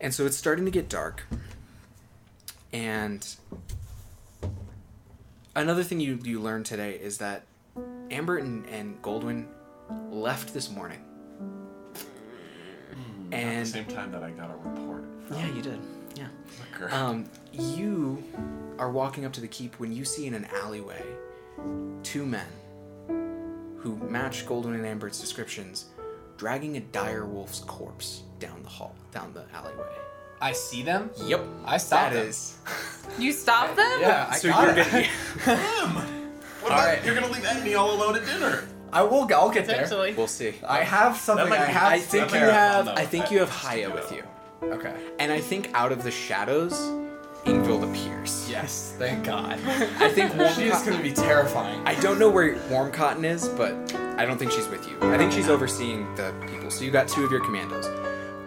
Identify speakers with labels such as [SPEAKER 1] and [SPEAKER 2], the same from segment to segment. [SPEAKER 1] And so it's starting to get dark. And another thing you, you learned today is that Amber and, and Goldwyn left this morning.
[SPEAKER 2] At
[SPEAKER 1] And
[SPEAKER 2] the same time that I got a report from
[SPEAKER 1] yeah, you did. Yeah.
[SPEAKER 2] Liquor.
[SPEAKER 1] Um, you are walking up to the keep when you see in an alleyway two men who match Goldwyn and Amber's descriptions dragging a dire wolf's corpse down the hall, down the alleyway.
[SPEAKER 3] I see them.
[SPEAKER 1] Yep.
[SPEAKER 3] I stopped
[SPEAKER 1] That
[SPEAKER 3] them.
[SPEAKER 1] is.
[SPEAKER 4] You stop them?
[SPEAKER 3] Yeah, I
[SPEAKER 1] so
[SPEAKER 3] got
[SPEAKER 1] you're
[SPEAKER 3] it.
[SPEAKER 1] gonna.
[SPEAKER 2] What about,
[SPEAKER 3] alright.
[SPEAKER 2] You're gonna leave Enemy all alone at dinner.
[SPEAKER 3] I will. I'll get there.
[SPEAKER 4] Potentially.
[SPEAKER 1] we'll see.
[SPEAKER 3] I have something.
[SPEAKER 2] might
[SPEAKER 3] I
[SPEAKER 2] be-
[SPEAKER 3] have.
[SPEAKER 1] I
[SPEAKER 3] to
[SPEAKER 1] think
[SPEAKER 3] take
[SPEAKER 1] you
[SPEAKER 3] care of.
[SPEAKER 1] have.
[SPEAKER 2] though.
[SPEAKER 1] I think you have
[SPEAKER 2] That's
[SPEAKER 1] Haya
[SPEAKER 2] good.
[SPEAKER 1] with you,
[SPEAKER 3] Okay.
[SPEAKER 1] and I think out of the shadows, Ingvild appears.
[SPEAKER 3] Yes. Thank God.
[SPEAKER 1] I think Warm
[SPEAKER 3] she is
[SPEAKER 1] Cotton-
[SPEAKER 3] gonna be terrifying.
[SPEAKER 1] I don't know where Warm Cotton is, but I don't think she's with you. I think she's overseeing the people. So you got two of your commandos.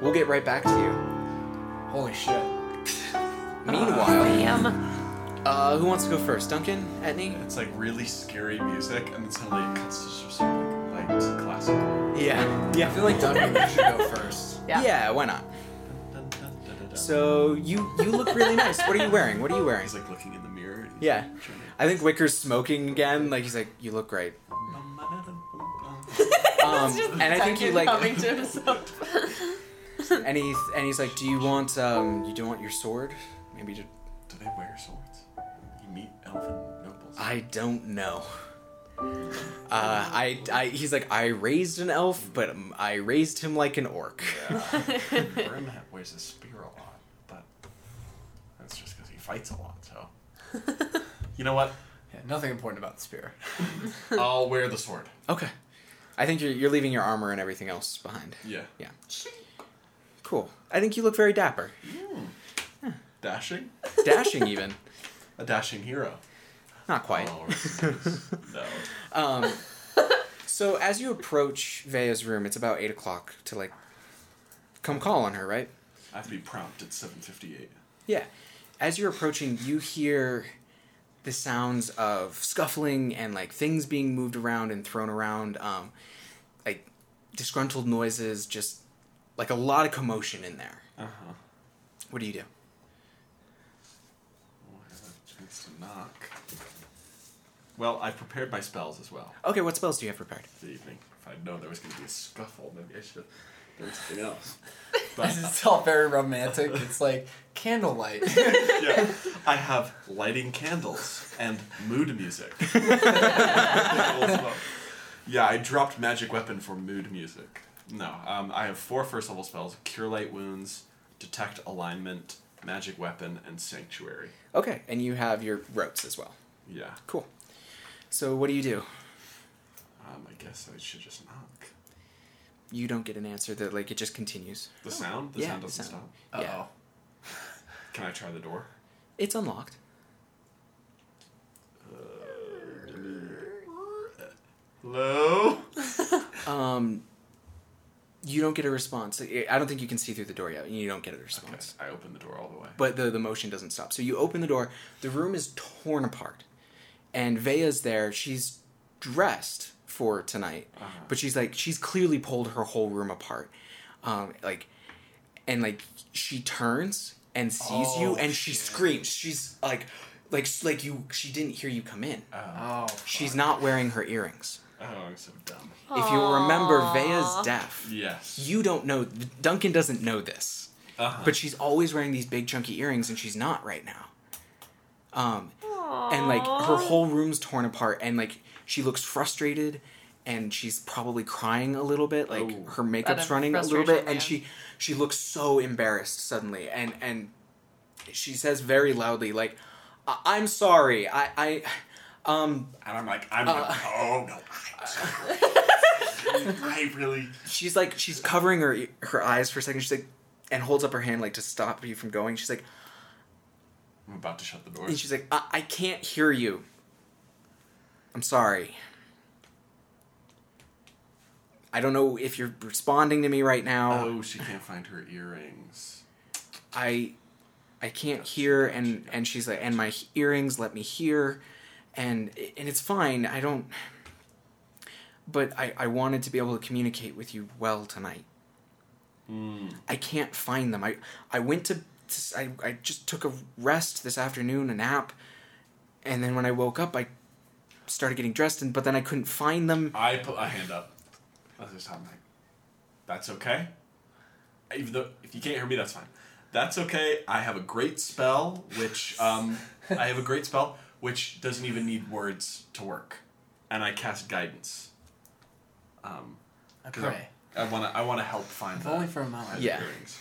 [SPEAKER 1] We'll get right back to you.
[SPEAKER 3] Holy shit.
[SPEAKER 1] Meanwhile,
[SPEAKER 4] Damn.
[SPEAKER 1] uh, who wants to go first? Duncan, Etney?
[SPEAKER 2] It's like really scary music, and then suddenly it cuts to just like light classical.
[SPEAKER 1] Yeah.
[SPEAKER 3] Yeah. I feel like Duncan should go first.
[SPEAKER 1] Yeah.
[SPEAKER 4] Yeah.
[SPEAKER 1] Why not?
[SPEAKER 2] Dun, dun, dun, dun, dun, dun.
[SPEAKER 1] So you you look really nice. What are you wearing? What are you wearing?
[SPEAKER 2] He's like looking in the mirror. and he's
[SPEAKER 1] Yeah.
[SPEAKER 2] like trying to-
[SPEAKER 1] I think Wicker's smoking again. Like he's like, you look great. Um,
[SPEAKER 4] It's just
[SPEAKER 1] and I think he
[SPEAKER 4] Duncan
[SPEAKER 1] like
[SPEAKER 4] humming to himself.
[SPEAKER 1] and he's and he's like, do you want um you do want your sword? Maybe to
[SPEAKER 2] Do they wear swords? You meet elven nobles.
[SPEAKER 1] I don't know. Uh, I, I, he's like, I raised an elf, but um, I raised him like an orc.
[SPEAKER 2] Brim ha- wears a spear a lot, but that's just because he fights a lot. So, you know what?
[SPEAKER 3] Yeah, nothing important about the spear.
[SPEAKER 2] I'll wear the sword.
[SPEAKER 1] Okay. I think you're, you're leaving your armor and everything else behind.
[SPEAKER 2] Yeah.
[SPEAKER 1] Yeah. Cool. I think you look very dapper.
[SPEAKER 2] Dashing?
[SPEAKER 1] Dashing, even.
[SPEAKER 2] A dashing hero.
[SPEAKER 1] Not quite.
[SPEAKER 2] Oh, yes. no.
[SPEAKER 1] Um, so as you approach Vea's room, it's about 8 o'clock to, like, come call on her, right?
[SPEAKER 2] I have to be prompt at 7:58.
[SPEAKER 1] Yeah. As you're approaching, you hear the sounds of scuffling and like things being moved around and thrown around, um, like disgruntled noises, just like a lot of commotion in there.
[SPEAKER 2] Uh huh.
[SPEAKER 1] What do you do?
[SPEAKER 2] Oh, I have a chance to knock. Well, I've prepared my spells as well.
[SPEAKER 1] Okay, what spells do you have prepared?
[SPEAKER 2] The evening. If I'd known there was going to be a scuffle, maybe I should have done something else. But
[SPEAKER 3] This is all very romantic. It's like candlelight.
[SPEAKER 2] yeah, I have lighting candles and mood music. yeah, I dropped magic weapon for mood music. No, um, I have four first level spells: cure light wounds, detect alignment, magic weapon, and sanctuary.
[SPEAKER 1] Okay, and you have your ropes as well.
[SPEAKER 2] Yeah,
[SPEAKER 1] Cool. So what do you do?
[SPEAKER 2] um, I guess I should just knock.
[SPEAKER 1] You don't get an answer. That like it just continues.
[SPEAKER 2] The sound, the
[SPEAKER 1] Oh, yeah,
[SPEAKER 2] sound
[SPEAKER 1] the
[SPEAKER 2] doesn't
[SPEAKER 1] sound.
[SPEAKER 2] stop.
[SPEAKER 3] Uh
[SPEAKER 1] Yeah,
[SPEAKER 3] oh.
[SPEAKER 2] Can I try the door?
[SPEAKER 1] it's unlocked.
[SPEAKER 2] Hello.
[SPEAKER 1] Um, you don't get a response. I I don't think you can see through the door yet. You don't get a
[SPEAKER 2] Okay,
[SPEAKER 1] response.
[SPEAKER 2] I open the door all the way.
[SPEAKER 1] but the, the motion doesn't stop. So you open the door, the room is torn apart, and Vea's there. She's dressed for tonight,
[SPEAKER 3] Uh-huh.
[SPEAKER 1] but she's like she's clearly pulled her whole room apart, um, like, and like she turns and sees you,
[SPEAKER 3] Oh,
[SPEAKER 1] and she screams. She's like, like s- like you. She didn't hear you come in.
[SPEAKER 2] uh,
[SPEAKER 3] Oh.
[SPEAKER 1] She's not wearing her earrings.
[SPEAKER 2] Um, Oh, I'm so dumb.
[SPEAKER 1] If you remember,
[SPEAKER 4] Aw.
[SPEAKER 1] Vea's deaf.
[SPEAKER 2] Yes.
[SPEAKER 1] You don't know. Duncan doesn't know this
[SPEAKER 2] Uh-huh.
[SPEAKER 1] but she's always wearing these big chunky earrings and she's not right now um and like her whole room's torn apart and like she looks frustrated and she's probably crying a little bit like
[SPEAKER 2] Oh.
[SPEAKER 1] her makeup's
[SPEAKER 4] of
[SPEAKER 1] running a little bit
[SPEAKER 4] frustration,
[SPEAKER 1] and
[SPEAKER 4] yeah.
[SPEAKER 1] she she looks so embarrassed suddenly and and she says very loudly like I- i'm sorry i i um
[SPEAKER 2] And I'm like, I'm like,
[SPEAKER 1] Uh,
[SPEAKER 2] oh no, I'm sorry. I really.
[SPEAKER 1] she's like she's covering her her eyes for a second she's like and holds up her hand like to stop you from going she's like
[SPEAKER 2] I'm about to shut the door.
[SPEAKER 1] And she's like, I, I can't hear you. I'm sorry. I don't know if you're responding to me right now.
[SPEAKER 2] oh, she can't find her earrings.
[SPEAKER 1] I I can't hear and and she's like and my earrings let me hear and and it's fine. I don't but I I wanted to be able to communicate with you well tonight. I can't find them. I I went to I, I just took a rest this afternoon, a nap, and then when I woke up, I started getting dressed, and but then I couldn't find them.
[SPEAKER 2] I put a hand up. That's just how I'm like, that's okay. Even though if you can't hear me, that's fine. That's okay. I have a great spell, which um, I have a great spell which doesn't even need words to work, and I cast guidance. Um, 'cause I-
[SPEAKER 3] Okay.
[SPEAKER 2] I want to. I want to help find.
[SPEAKER 3] If
[SPEAKER 2] that.
[SPEAKER 3] only for a moment.
[SPEAKER 1] Yeah.
[SPEAKER 2] Earrings.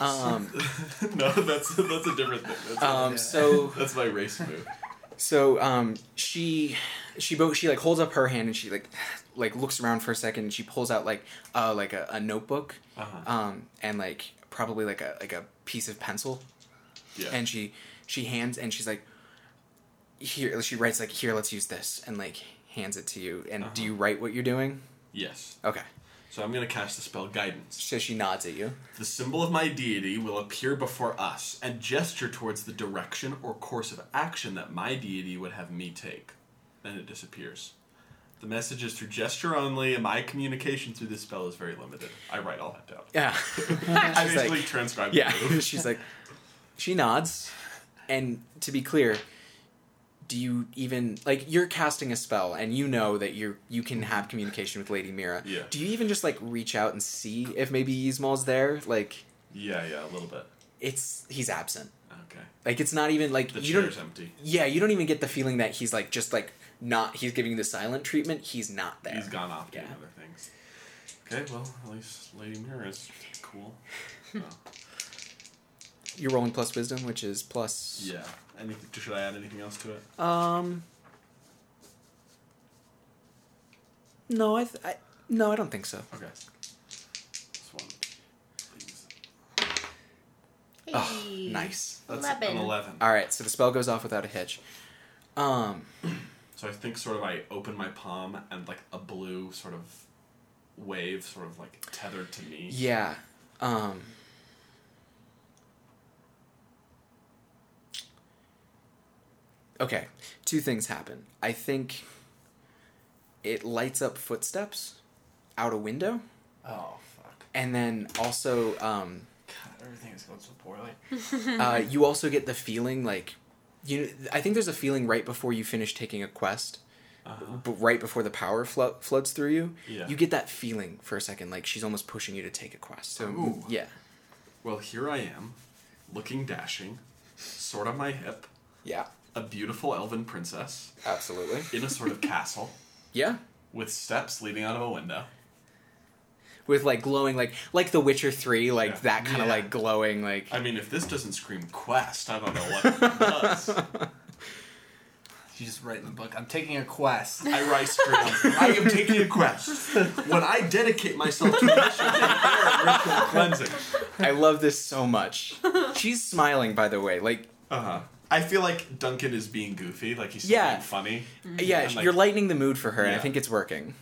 [SPEAKER 1] Um,
[SPEAKER 2] no, that's that's a different thing. That's,
[SPEAKER 1] um, so
[SPEAKER 2] that's my race move.
[SPEAKER 1] So um, she she both she like holds up her hand and she like like looks around for a second and she pulls out like uh like a, a notebook
[SPEAKER 2] Uh-huh.
[SPEAKER 1] um and like probably like a like a piece of pencil
[SPEAKER 2] Yeah.
[SPEAKER 1] and she she hands and she's like here she writes like here let's use this and like hands it to you and do you write what you're doing
[SPEAKER 2] yes.
[SPEAKER 1] okay
[SPEAKER 2] So I'm gonna cast the spell guidance.
[SPEAKER 1] so she nods at you
[SPEAKER 2] The symbol of my deity will appear before us and gesture towards the direction or course of action that my deity would have me take. Then it disappears. The message is through gesture only, and my communication through this spell is very limited. I write all that down.
[SPEAKER 1] yeah
[SPEAKER 2] I
[SPEAKER 1] She's
[SPEAKER 2] basically
[SPEAKER 1] like-
[SPEAKER 2] transcribe
[SPEAKER 1] Yeah.
[SPEAKER 2] the move.
[SPEAKER 1] She's like, she nods. And to be clear, do you even like you're casting a spell and you know that you're you can have communication with Lady Mira.
[SPEAKER 2] Mm-hmm. Yeah.
[SPEAKER 1] Do you even just like reach out and see if maybe Yzmal's there? Like
[SPEAKER 2] Yeah, yeah, a little bit.
[SPEAKER 1] it's he's absent.
[SPEAKER 2] Okay.
[SPEAKER 1] Like it's not even like
[SPEAKER 2] The
[SPEAKER 1] you
[SPEAKER 2] chair's
[SPEAKER 1] don't
[SPEAKER 2] empty.
[SPEAKER 1] Yeah, you don't even get the feeling that he's like just like not he's giving you the silent treatment, he's not there.
[SPEAKER 2] He's gone off doing
[SPEAKER 1] Yeah.
[SPEAKER 2] other things. Okay, well, at least Lady Mira is cool. So,
[SPEAKER 1] You're rolling plus wisdom, which is plus
[SPEAKER 2] yeah. Anything, should I add anything else to it?
[SPEAKER 1] Um. No, I, th- I no, I don't think so.
[SPEAKER 2] Okay. This one, please.
[SPEAKER 1] Oh,
[SPEAKER 4] Hey.
[SPEAKER 1] nice.
[SPEAKER 2] That's an
[SPEAKER 4] Eleven.
[SPEAKER 2] 11.
[SPEAKER 1] All right, so the spell goes off without a hitch. Um.
[SPEAKER 2] So I think sort of I open my palm and like a blue sort of wave sort of like tethered to me.
[SPEAKER 1] Yeah. Um. Okay, two things happen. I think it lights up footsteps out a window,
[SPEAKER 3] Oh fuck.
[SPEAKER 1] and then also um,
[SPEAKER 3] God, everything is going so poorly.
[SPEAKER 2] Uh-huh.
[SPEAKER 1] uh, you also get the feeling like you I think there's a feeling right before you finish taking a quest
[SPEAKER 2] Uh-huh.
[SPEAKER 1] but right before the power flo- floods through you
[SPEAKER 2] Yeah.
[SPEAKER 1] you get that feeling for a second like she's almost pushing you to take a quest so
[SPEAKER 2] Ooh.
[SPEAKER 1] yeah
[SPEAKER 2] Well, here I am, looking dashing, sword on my hip,
[SPEAKER 1] yeah
[SPEAKER 2] a beautiful elven princess
[SPEAKER 1] absolutely
[SPEAKER 2] in a sort of castle
[SPEAKER 1] yeah
[SPEAKER 2] with steps leading out of a window.
[SPEAKER 1] with like glowing like like the witcher 3 like
[SPEAKER 2] Yeah.
[SPEAKER 1] that kind of
[SPEAKER 2] Yeah.
[SPEAKER 1] like glowing like
[SPEAKER 2] I mean, if this doesn't scream quest, I don't know what does.
[SPEAKER 3] You just write in the book. I'm taking a quest.
[SPEAKER 2] I rise triumph. I am taking a quest. When I dedicate myself to the mission of prayer and ritual cleansing.
[SPEAKER 1] i love this so much she's smiling by the way like
[SPEAKER 2] Uh-huh. I feel like Duncan is being goofy, like he's still
[SPEAKER 1] Yeah. Mm-hmm.
[SPEAKER 2] being funny.
[SPEAKER 1] yeah
[SPEAKER 2] And, like-
[SPEAKER 1] you're lightening the mood for her and i
[SPEAKER 2] Yeah.
[SPEAKER 1] think it's working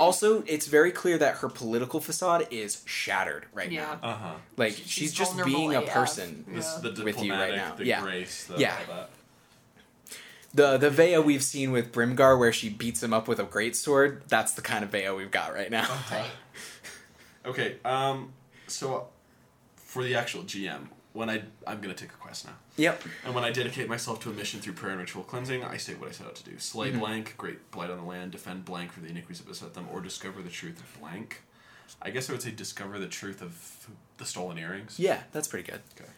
[SPEAKER 1] also it's very clear that her political facade is shattered right now
[SPEAKER 4] Yeah.
[SPEAKER 2] Uh-huh.
[SPEAKER 1] Like she's,
[SPEAKER 4] She's
[SPEAKER 1] just
[SPEAKER 4] vulnerable
[SPEAKER 1] being a
[SPEAKER 4] AF.
[SPEAKER 1] person.
[SPEAKER 2] This
[SPEAKER 4] Yeah.
[SPEAKER 2] the
[SPEAKER 1] With you right
[SPEAKER 2] diplomatic,
[SPEAKER 1] now.
[SPEAKER 2] the
[SPEAKER 1] Yeah.
[SPEAKER 2] grace, the
[SPEAKER 1] Yeah.
[SPEAKER 2] all that.
[SPEAKER 1] The the Vea we've seen with Brimgar where she beats him up with a greatsword, that's the kind of Vea we've got right now.
[SPEAKER 2] Oh. Okay, um so for the actual GM, when I I'm gonna take a quest now.
[SPEAKER 1] Yep.
[SPEAKER 2] And when I dedicate myself to a mission through prayer and ritual cleansing, I state what I set out to do. Slay
[SPEAKER 1] Mm-hmm.
[SPEAKER 2] blank, great blight on the land, defend blank for the iniquities that beset them, or discover the truth of blank. I guess I would say discover the truth of the stolen earrings.
[SPEAKER 1] Yeah, that's pretty good.
[SPEAKER 2] Okay.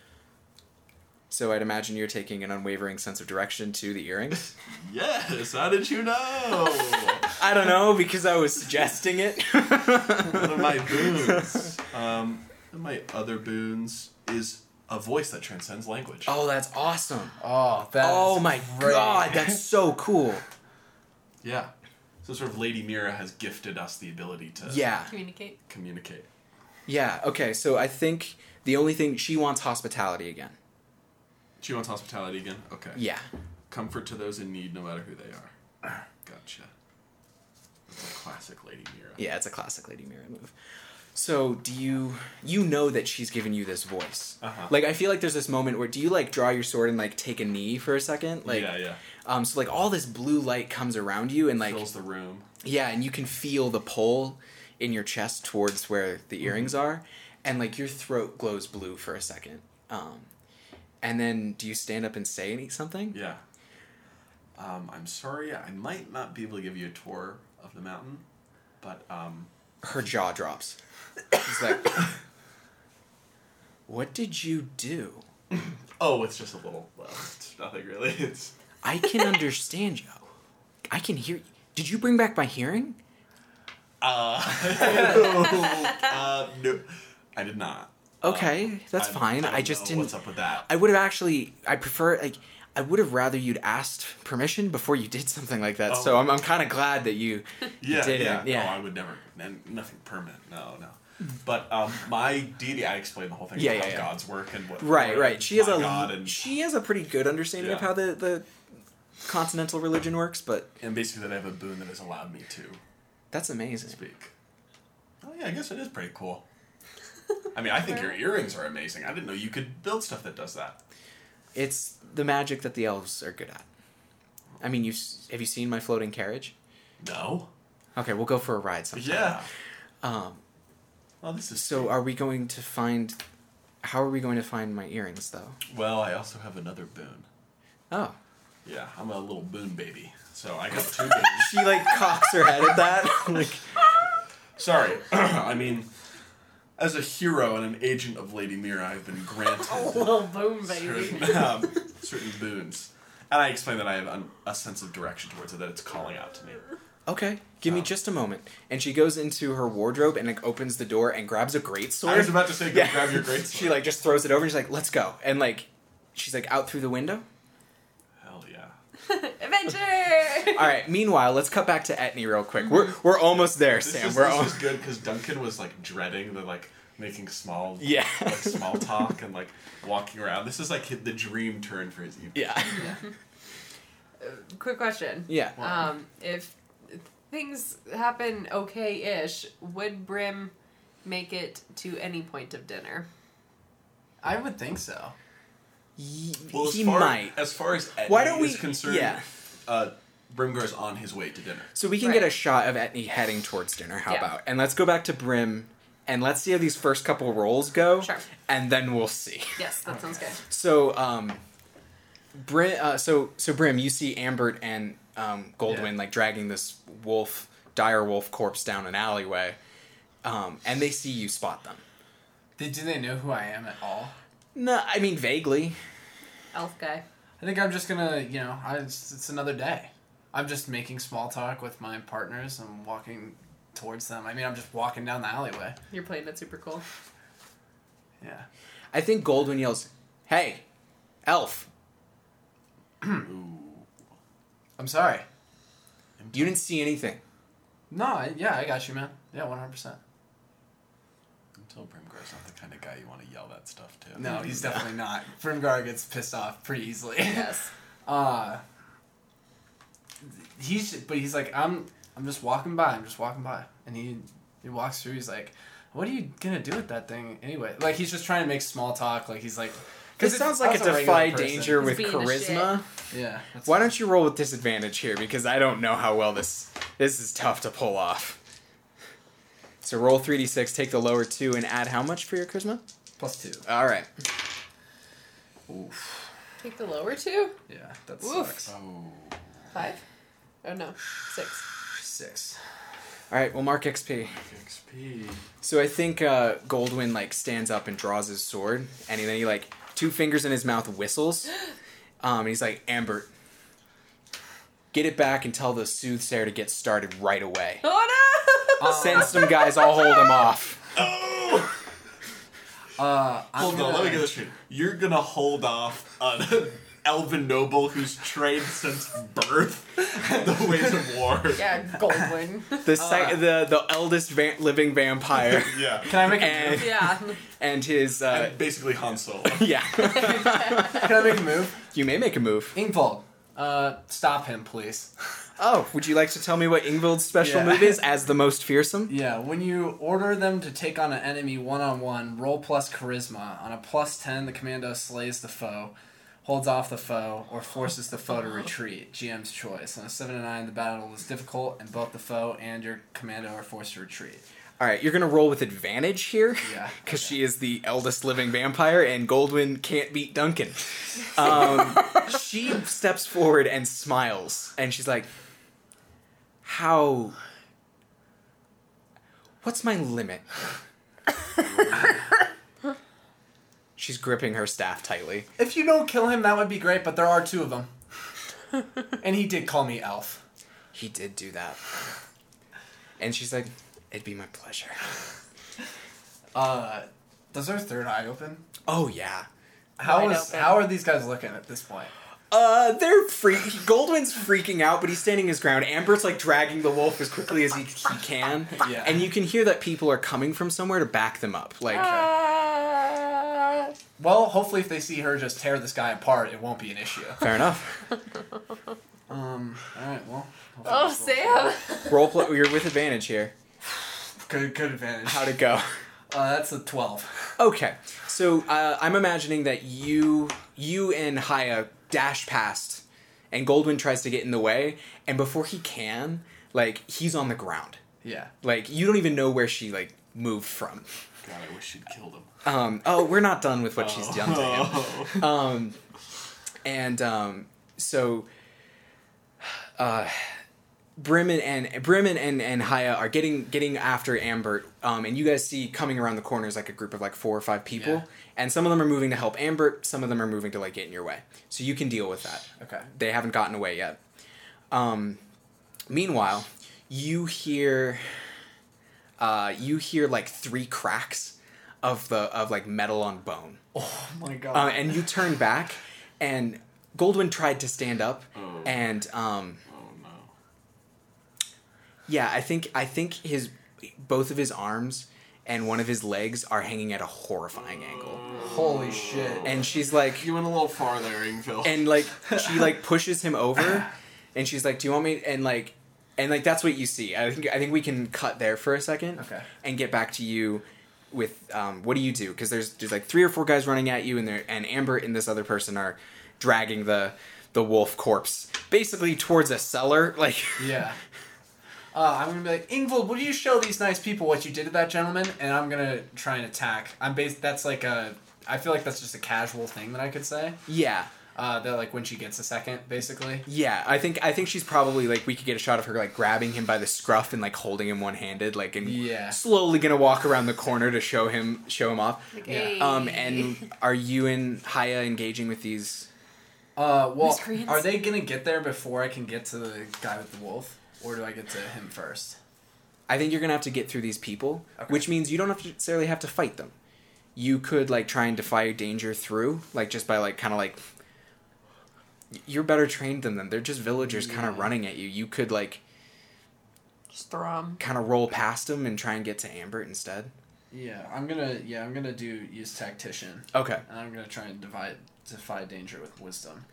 [SPEAKER 1] So I'd imagine you're taking an unwavering sense of direction to the earrings.
[SPEAKER 2] Yes, how did you know?
[SPEAKER 1] I don't know because I was suggesting it.
[SPEAKER 2] One of my boons. Um, one of my other boons is a voice that transcends language.
[SPEAKER 1] oh, that's awesome.
[SPEAKER 3] Oh, that.
[SPEAKER 1] oh
[SPEAKER 3] is
[SPEAKER 1] my
[SPEAKER 3] great.
[SPEAKER 1] god, that's so cool.
[SPEAKER 2] Yeah. So sort of Lady Mira has gifted us the ability to
[SPEAKER 1] Yeah.
[SPEAKER 4] Communicate.
[SPEAKER 2] communicate.
[SPEAKER 1] Yeah. Okay, so I think the only thing she wants hospitality again.
[SPEAKER 2] She wants hospitality again? Okay.
[SPEAKER 1] Yeah.
[SPEAKER 2] Comfort to those in need no matter who they are. Gotcha. That's a classic Lady Mira.
[SPEAKER 1] Yeah, it's a classic Lady Mira move. So do you you know that she's given you this voice?
[SPEAKER 2] Uh-huh.
[SPEAKER 1] Like I feel like there's this moment where do you like draw your sword and like take a knee for a second? Like
[SPEAKER 2] yeah, yeah.
[SPEAKER 1] um so like all this blue light comes around you and like
[SPEAKER 2] Fills the room. Mm-hmm.
[SPEAKER 1] yeah, and you can feel the pull in your chest towards where the earrings are. and like your throat glows blue for a second. Um, and then do you stand up and say any, something?
[SPEAKER 2] Yeah. Um, I'm sorry, I might not be able to give you a tour of the mountain, but um,
[SPEAKER 1] Her jaw drops. She's like, "What did you do?
[SPEAKER 2] oh, it's just a little. Well, it's nothing really. It's
[SPEAKER 1] I can understand you. I can hear you. Did you bring back my hearing?
[SPEAKER 2] uh, uh, no, I did not.
[SPEAKER 1] Okay,
[SPEAKER 2] Um,
[SPEAKER 1] that's
[SPEAKER 2] I-
[SPEAKER 1] fine. I,
[SPEAKER 2] don't
[SPEAKER 1] just
[SPEAKER 2] know
[SPEAKER 1] didn't.
[SPEAKER 2] What's up with that?
[SPEAKER 1] I would have actually. I prefer like. I would have rather you'd asked permission before you did something like that. So
[SPEAKER 2] Oh.
[SPEAKER 1] I'm, I'm kind of glad that you, you
[SPEAKER 2] yeah,
[SPEAKER 1] did
[SPEAKER 2] yeah.
[SPEAKER 1] it. Yeah.
[SPEAKER 2] No, I would never. n- Nothing permanent. No, no. But um, my deity, I explained the whole thing.
[SPEAKER 1] Yeah,
[SPEAKER 2] about
[SPEAKER 1] yeah,
[SPEAKER 2] how
[SPEAKER 1] yeah.
[SPEAKER 2] God's work and what.
[SPEAKER 1] right,
[SPEAKER 2] what-
[SPEAKER 1] right. She has
[SPEAKER 2] my
[SPEAKER 1] a
[SPEAKER 2] God and,
[SPEAKER 1] she has a pretty good understanding of
[SPEAKER 2] Yeah.
[SPEAKER 1] how the the continental religion works, but
[SPEAKER 2] and basically that I have a boon that has allowed me to
[SPEAKER 1] that's amazing.
[SPEAKER 2] speak. Oh yeah, I guess it is pretty cool. I mean, I think your earrings are amazing. I didn't know you could build stuff that does that.
[SPEAKER 1] It's the magic that the elves are good at. I mean, you have you seen my floating carriage?
[SPEAKER 2] No.
[SPEAKER 1] Okay, we'll go for a ride sometime.
[SPEAKER 2] Yeah.
[SPEAKER 1] Um,
[SPEAKER 2] Well, this is
[SPEAKER 1] so are we going to find? How are we going to find my earrings, though?
[SPEAKER 2] Well, I also have another boon.
[SPEAKER 1] Oh,
[SPEAKER 2] Yeah, I'm a little boon baby, so I got two boons.
[SPEAKER 1] she like cocks her head at that. like,
[SPEAKER 2] Sorry. I mean, as a hero and an agent of Lady Mira, I've been
[SPEAKER 1] Oh,
[SPEAKER 2] granted
[SPEAKER 4] Little boom baby.
[SPEAKER 2] certain, um, certain boons. And I explain that I have an, a sense of direction towards it, that it's calling out to me.
[SPEAKER 1] okay, give me
[SPEAKER 2] Um,
[SPEAKER 1] just a moment. And she goes into her wardrobe and like opens the door and grabs a great sword.
[SPEAKER 2] I was about to say, go grab your great
[SPEAKER 1] She like just throws it over. and She's like, "Let's go!" And like, she's like out through the window.
[SPEAKER 2] Hell yeah.
[SPEAKER 4] Adventure.
[SPEAKER 1] All right. Meanwhile, let's cut back to Etney real quick. We're we're almost there,
[SPEAKER 2] Mm-hmm. This,
[SPEAKER 1] Sam.
[SPEAKER 2] is,
[SPEAKER 1] we're
[SPEAKER 2] this
[SPEAKER 1] almost.
[SPEAKER 2] is good because Duncan was like dreading the like making small
[SPEAKER 1] Yeah.
[SPEAKER 2] like small talk and like walking around. This is like the dream turn for his evening.
[SPEAKER 1] yeah.
[SPEAKER 4] Quick question.
[SPEAKER 1] Yeah.
[SPEAKER 4] Um, if things happen okay-ish, would Brim make it to any point of dinner?
[SPEAKER 3] I would think so.
[SPEAKER 1] Ye-
[SPEAKER 2] Well, as
[SPEAKER 1] he
[SPEAKER 2] far,
[SPEAKER 1] might.
[SPEAKER 2] As far as Etney
[SPEAKER 1] Why don't we?
[SPEAKER 2] is concerned,
[SPEAKER 1] Yeah.
[SPEAKER 2] uh, Brimgar's on his way to dinner.
[SPEAKER 1] So we can
[SPEAKER 4] Right.
[SPEAKER 1] get a shot of Etney heading towards dinner. How
[SPEAKER 4] Yeah.
[SPEAKER 1] about? And let's go back to Brim, and let's see how these first couple rolls go,
[SPEAKER 4] Sure.
[SPEAKER 1] and then we'll see.
[SPEAKER 4] Yes, that sounds good.
[SPEAKER 1] So, um, Brim, uh, so so Brim, you see Ambert and um, Goldwyn
[SPEAKER 2] Yeah.
[SPEAKER 1] like dragging this wolf, dire wolf corpse down an alleyway, um, and they see you spot them.
[SPEAKER 3] They, do they know who I am at all?
[SPEAKER 1] No, I mean vaguely.
[SPEAKER 4] Elf guy.
[SPEAKER 3] I think I'm just gonna, you know, I, it's, it's another day. I'm just making small talk with my partners. I'm walking towards them. I mean, I'm just walking down the alleyway.
[SPEAKER 4] You're playing that super cool.
[SPEAKER 3] Yeah.
[SPEAKER 1] I think Goldwyn yells, "Hey, elf!
[SPEAKER 2] Ooh.
[SPEAKER 3] I'm sorry.
[SPEAKER 1] You didn't see anything."
[SPEAKER 3] No, I, yeah, I got you, man. Yeah, 100%.
[SPEAKER 2] Until Brimgar's not the kind of guy you want to yell that stuff to.
[SPEAKER 3] No, he's definitely not. Frimgar gets pissed off pretty easily.
[SPEAKER 4] Yes.
[SPEAKER 3] Uh, he's but he's like I'm I'm just walking by. I'm just walking by, and he he walks through. He's like, "What are you gonna do with that thing anyway?" Like he's just trying to make small talk. Like he's like,
[SPEAKER 1] This
[SPEAKER 3] it's-
[SPEAKER 1] sounds like a
[SPEAKER 3] that's regular
[SPEAKER 1] defy
[SPEAKER 3] person.
[SPEAKER 1] danger with
[SPEAKER 4] being a
[SPEAKER 1] charisma.
[SPEAKER 3] Yeah. that's-
[SPEAKER 1] Why don't you roll with disadvantage here? Because I don't know how well this this is tough to pull off. So roll three d six, take the lower two, and add how much for your charisma?
[SPEAKER 3] plus two?
[SPEAKER 1] All right.
[SPEAKER 2] Oof.
[SPEAKER 4] Take the lower two.
[SPEAKER 3] Yeah, that
[SPEAKER 4] Oof.
[SPEAKER 3] sucks.
[SPEAKER 2] Oh.
[SPEAKER 4] Five. Oh no, six.
[SPEAKER 3] Six.
[SPEAKER 1] All right. Well, mark XP.
[SPEAKER 2] XP.
[SPEAKER 1] So I think uh, Goldwyn like stands up and draws his sword, and then he like two fingers in his mouth whistles, um, and he's like, "Ambert, get it back and tell the soothsayer to get started right away.
[SPEAKER 4] Oh no!
[SPEAKER 1] Send some guys. I'll hold him off."
[SPEAKER 2] Oh!
[SPEAKER 3] Uh, I'm
[SPEAKER 2] Hold on,
[SPEAKER 3] gonna-
[SPEAKER 2] let me get this straight. You're gonna hold off an elven noble who's trained since birth at the ways of war.
[SPEAKER 4] yeah, Goldwyn.
[SPEAKER 1] The sec-
[SPEAKER 3] Uh.
[SPEAKER 1] the the eldest va- living vampire.
[SPEAKER 2] Yeah.
[SPEAKER 3] Can I make a
[SPEAKER 1] And-
[SPEAKER 3] move?
[SPEAKER 4] yeah.
[SPEAKER 1] and his uh,
[SPEAKER 2] And basically Han Solo.
[SPEAKER 1] yeah
[SPEAKER 3] Can I make a move?
[SPEAKER 1] you may make a move
[SPEAKER 3] Ingvold, uh, stop him, please.
[SPEAKER 1] oh would you like to tell me what ingvild's special
[SPEAKER 3] Yeah.
[SPEAKER 1] move is as the most fearsome
[SPEAKER 3] Yeah, when you order them to take on an enemy one on one, roll plus charisma. On a plus 10, the commando slays the foe, holds off the foe, or forces the foe to
[SPEAKER 4] Uh-huh.
[SPEAKER 3] retreat. GM's choice. On a 7 to 9, the battle is difficult, and both the foe and your commando are forced to retreat.
[SPEAKER 1] All right, you're gonna roll with advantage here,
[SPEAKER 3] Yeah.
[SPEAKER 1] because she is the eldest living vampire, and Goldwyn can't beat Duncan. Um, she steps forward and smiles, and she's like, "How? What's my limit?" she's gripping her staff tightly.
[SPEAKER 3] If you don't kill him, that would be great, but there are two of them. and he did call me elf.
[SPEAKER 1] He did do that, and she's like, "It'd be my pleasure."
[SPEAKER 3] Uh, does her third eye open?
[SPEAKER 1] Oh yeah.
[SPEAKER 3] How
[SPEAKER 4] Wide
[SPEAKER 3] is
[SPEAKER 4] open.
[SPEAKER 3] how are these guys looking at this point?
[SPEAKER 1] Uh, they're freak. Goldwyn's freaking out, but he's standing his ground. Amber's like dragging the wolf as quickly as he, he can,
[SPEAKER 3] Yeah.
[SPEAKER 1] and you can hear that people are coming from somewhere to back them up. Like,
[SPEAKER 4] Ah.
[SPEAKER 3] Well, hopefully, if they see her just tear this guy apart, it won't be an issue.
[SPEAKER 1] fair enough.
[SPEAKER 3] Um. All right. Well.
[SPEAKER 4] Oh, Sam.
[SPEAKER 1] Roll play. You're with advantage here.
[SPEAKER 3] Good. Good advantage.
[SPEAKER 1] How'd it go?
[SPEAKER 3] Uh, that's a twelve.
[SPEAKER 1] Okay, so uh, I'm imagining that you you and Haya dash past, and Goldwyn tries to get in the way, and before he can, like he's on the ground.
[SPEAKER 3] Yeah.
[SPEAKER 1] Like you don't even know where she like moved from.
[SPEAKER 2] God, I wish she'd killed him.
[SPEAKER 1] Um, oh, we're not done with what she's done to him.
[SPEAKER 2] Oh.
[SPEAKER 1] um, and um, so uh, Brim and, and Brim and, and and Haya are getting getting after Ambert, um, and you guys see coming around the corners like a group of like four or five people,
[SPEAKER 3] Yeah.
[SPEAKER 1] and some of them are moving to help Ambert, some of them are moving to like get in your way, so you can deal with that.
[SPEAKER 3] Okay.
[SPEAKER 1] They haven't gotten away yet. Um, meanwhile, you hear uh, you hear like three cracks of the of like metal on bone.
[SPEAKER 3] Oh my god.
[SPEAKER 1] Uh, and you turn back, and Goldwyn tried to stand up,
[SPEAKER 2] Oh.
[SPEAKER 1] and um,
[SPEAKER 2] Oh, no.
[SPEAKER 1] yeah, I think I think his both of his arms and one of his legs are hanging at a horrifying angle,
[SPEAKER 3] Holy shit.
[SPEAKER 1] and she's like,
[SPEAKER 2] You went a little far there, Ingvill.
[SPEAKER 1] and like she like pushes him over, and she's like, "Do you want me?" And like, and like that's what you see. I think I think we can cut there for a second,
[SPEAKER 3] Okay.
[SPEAKER 1] and get back to you with um, what do you do? Because there's there's like three or four guys running at you, and there and Amber and this other person are dragging the the wolf corpse basically towards a cellar. Like,
[SPEAKER 3] Yeah. Uh, I'm gonna be like, Ingvold, will you show these nice people what you did to that gentleman? And I'm gonna try and attack. I'm based. That's like a. I feel like that's just a casual thing that I could say.
[SPEAKER 1] yeah,
[SPEAKER 3] Uh, that like when she gets a second, basically.
[SPEAKER 1] yeah. I think I think she's probably like we could get a shot of her like grabbing him by the scruff and like holding him one handed, like and
[SPEAKER 3] Yeah.
[SPEAKER 1] slowly gonna walk around the corner to show him show him off.
[SPEAKER 4] Hey.
[SPEAKER 1] Um, and are you and Haya engaging with these?
[SPEAKER 3] Uh, well,
[SPEAKER 4] Miscreants.
[SPEAKER 3] are they gonna get there before I can get to the guy with the wolf, or do I get to him first?
[SPEAKER 1] I think you're gonna have to get through these people,
[SPEAKER 3] Okay.
[SPEAKER 1] which means you don't have to necessarily have to fight them. You could like try and defy danger through, like just by like kind of like. You're better trained than them. They're just villagers kind of
[SPEAKER 3] Yeah.
[SPEAKER 1] running at you. You could like
[SPEAKER 4] Just throw 'em.
[SPEAKER 1] kind of roll past them and try and get to Ambert instead.
[SPEAKER 3] Yeah, I'm gonna. Yeah, I'm gonna do use tactician,
[SPEAKER 1] Okay.
[SPEAKER 3] and I'm gonna try and divide defy danger with wisdom.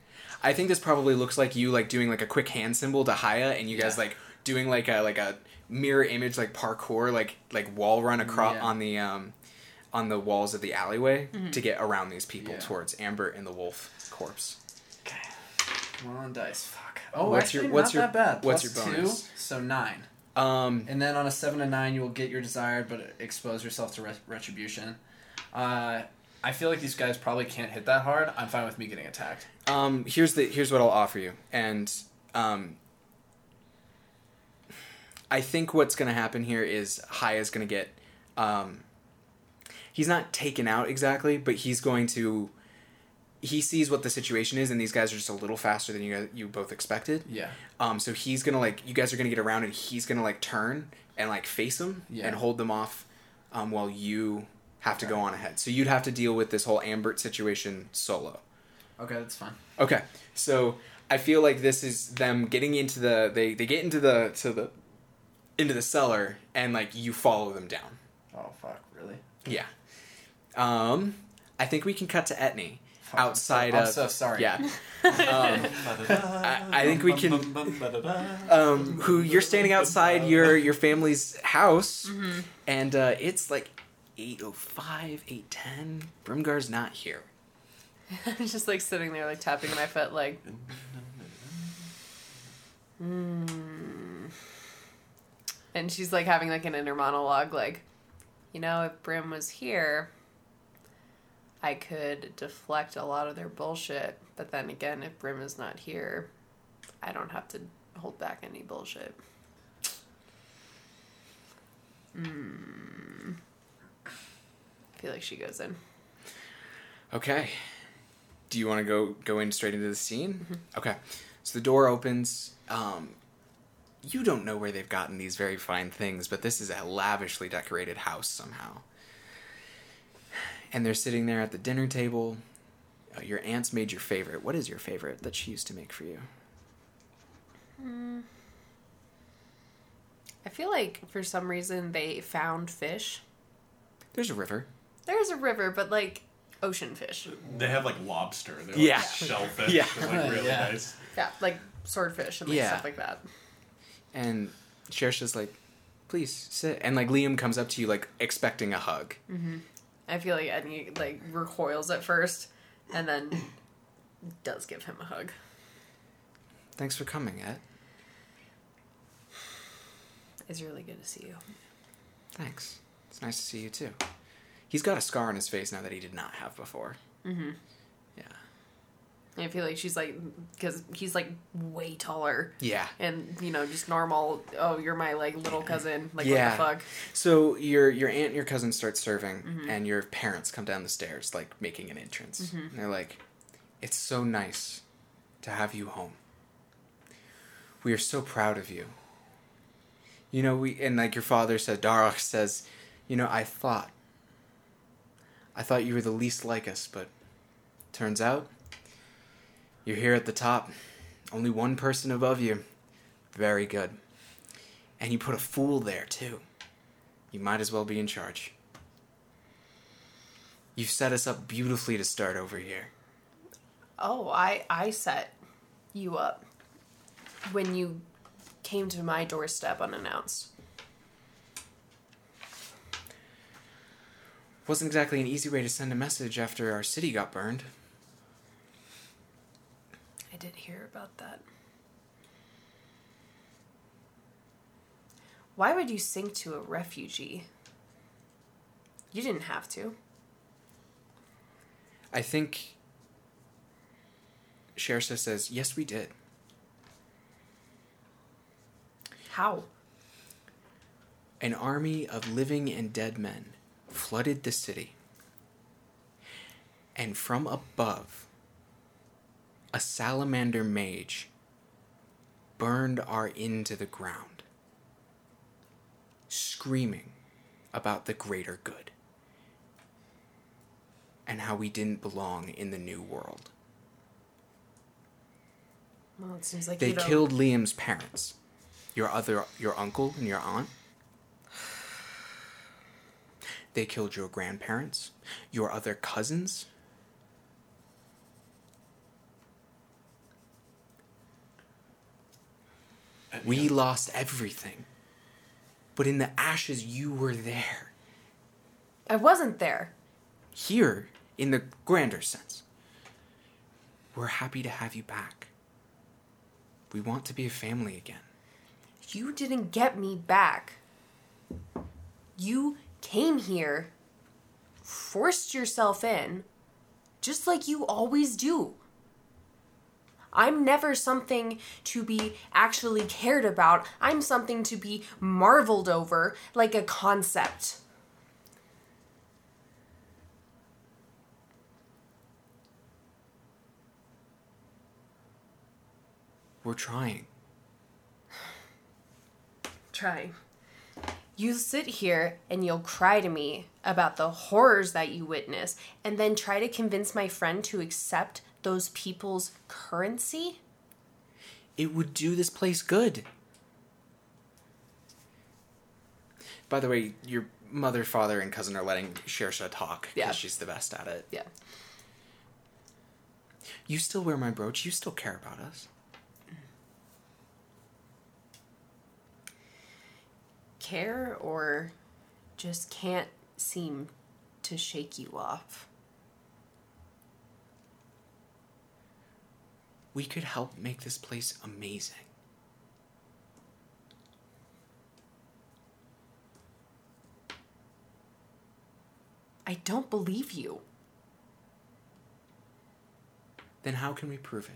[SPEAKER 1] I think this probably looks like you like doing like a quick hand symbol to Haya and you guys
[SPEAKER 3] Yeah.
[SPEAKER 1] like doing like a like a mirror image like parkour like like wall run across
[SPEAKER 3] Yeah. Mm-hmm.
[SPEAKER 1] on the um on the walls of the alleyway to get around these people
[SPEAKER 3] Yeah.
[SPEAKER 1] towards Amber and the wolf corpse.
[SPEAKER 3] Okay. Come on, dice. Fuck. Oh,
[SPEAKER 1] What's
[SPEAKER 3] actually,
[SPEAKER 1] your- what's
[SPEAKER 3] not
[SPEAKER 1] your-
[SPEAKER 3] that bad.
[SPEAKER 1] what's
[SPEAKER 3] Plus
[SPEAKER 1] your bonus?
[SPEAKER 3] Two, so nine.
[SPEAKER 1] Um
[SPEAKER 3] And then on a seven to nine, you will get your desired, but expose yourself to ret- retribution. Uh, I feel like these guys probably can't hit that hard. I'm fine with me getting attacked.
[SPEAKER 1] um here's the here's what I'll offer you and um I think what's going to happen here is Haya's going to get um he's not taken out exactly, but he's going to he sees what the situation is and these guys are just a little faster than you guys, you both expected.
[SPEAKER 3] Yeah.
[SPEAKER 1] Um, so he's gonna like you guys are gonna get around and he's gonna like turn and like face them
[SPEAKER 3] Yeah.
[SPEAKER 1] and hold them off um, while you have to go on ahead. So you'd have to deal with this whole Ambert situation solo.
[SPEAKER 3] Okay, that's fine.
[SPEAKER 1] Okay. So I feel like this is them getting into the they, they get into the to the into the cellar and like you follow them down.
[SPEAKER 3] Oh fuck, really?
[SPEAKER 1] Yeah. Um I think we can cut to Etney outside
[SPEAKER 3] I'm
[SPEAKER 1] of
[SPEAKER 3] so sorry.
[SPEAKER 1] Yeah. Um, I think we can- um, who you're standing outside your your family's house, and uh, it's like 8.05, 8.10. Brimgar's not here.
[SPEAKER 4] I'm just like sitting there, like tapping my foot, like. Mm. "Hmm." and she's like having like an inner monologue, like, you know, if Brim was here, I could deflect a lot of their bullshit. But then again, if Brim is not here, I don't have to hold back any bullshit. Mm. I feel like she goes in.
[SPEAKER 1] Okay. Do you want to go go in straight into the scene? Okay. So the door opens. Um, you don't know where they've gotten these very fine things, but this is a lavishly decorated house somehow. And they're sitting there at the dinner table. Uh, your aunt's made your favorite. What is your favorite that she used to make for you?
[SPEAKER 4] I feel like for some reason they found fish.
[SPEAKER 1] There's a river.
[SPEAKER 4] There's a river, but like ocean fish.
[SPEAKER 2] They have like lobster. They're
[SPEAKER 1] Yeah.
[SPEAKER 2] like shellfish.
[SPEAKER 1] Yeah.
[SPEAKER 2] They're like really
[SPEAKER 3] Yeah.
[SPEAKER 2] nice.
[SPEAKER 4] Yeah, like swordfish and like
[SPEAKER 1] Yeah.
[SPEAKER 4] stuff like that.
[SPEAKER 1] And Shersha's like, please sit. And like Liam comes up to you, like expecting a hug.
[SPEAKER 4] I feel like Eddie like recoils at first, and then does give him a hug.
[SPEAKER 1] Thanks for coming, Ed.
[SPEAKER 4] It's really good to see you.
[SPEAKER 1] Thanks. It's nice to see you too. He's got a scar on his face now that he did not have before. Mm-hmm.
[SPEAKER 4] I feel like she's like because he's like way taller
[SPEAKER 1] Yeah. Yeah.
[SPEAKER 4] and you know just normal. Oh, you're my like little cousin. Like
[SPEAKER 1] Yeah.
[SPEAKER 4] what the fuck?
[SPEAKER 1] So your your aunt and your cousin start serving, and your parents come down the stairs, like making an entrance. And they're like, "It's so nice to have you home. We are so proud of you. You know, we and like your father said, Darok says, you know, I thought, I thought you were the least like us, but turns out you're here at the top. Only one person above you. Very good. And you put a fool there too." You might as well be in charge. You've set us up beautifully to start over here.
[SPEAKER 4] Oh, I I set you up when you came to my doorstep unannounced.
[SPEAKER 1] Wasn't exactly an easy way to send a message after our city got burned.
[SPEAKER 4] I did hear about that. Why would you sink to a refugee? You didn't have to.
[SPEAKER 1] I think. Shersa says, Yes, we did.
[SPEAKER 4] How?
[SPEAKER 1] An army of living and dead men flooded the city. And from above, a salamander mage burned our inn to the ground, screaming about the greater good and how we didn't belong in the new world.
[SPEAKER 4] Well, it seems like
[SPEAKER 1] They
[SPEAKER 4] you don't-
[SPEAKER 1] killed Liam's parents, your other, your uncle and your aunt. They killed your grandparents, your other cousins.
[SPEAKER 2] And,
[SPEAKER 1] We
[SPEAKER 2] yeah,
[SPEAKER 1] lost everything. But in the ashes, you were there.
[SPEAKER 4] I wasn't there.
[SPEAKER 1] Here, in the grander sense. We're happy to have you back. We want to be a family again.
[SPEAKER 4] You didn't get me back. You came here, forced yourself in, just like you always do. I'm never something to be actually cared about. I'm something to be marveled over, like a concept.
[SPEAKER 1] We're trying.
[SPEAKER 4] Try. You sit here and you'll cry to me about the horrors that you witness, and then try to convince my friend to accept those people's currency?
[SPEAKER 1] It would do this place good. By the way, your mother, father, and cousin are letting Shersha talk because
[SPEAKER 4] Yeah.
[SPEAKER 1] she's the best at it.
[SPEAKER 4] Yeah.
[SPEAKER 1] You still wear my brooch. You still care about us.
[SPEAKER 4] care or just can't seem to shake you off.
[SPEAKER 1] We could help make this place amazing.
[SPEAKER 4] I don't believe you.
[SPEAKER 1] Then how can we prove it?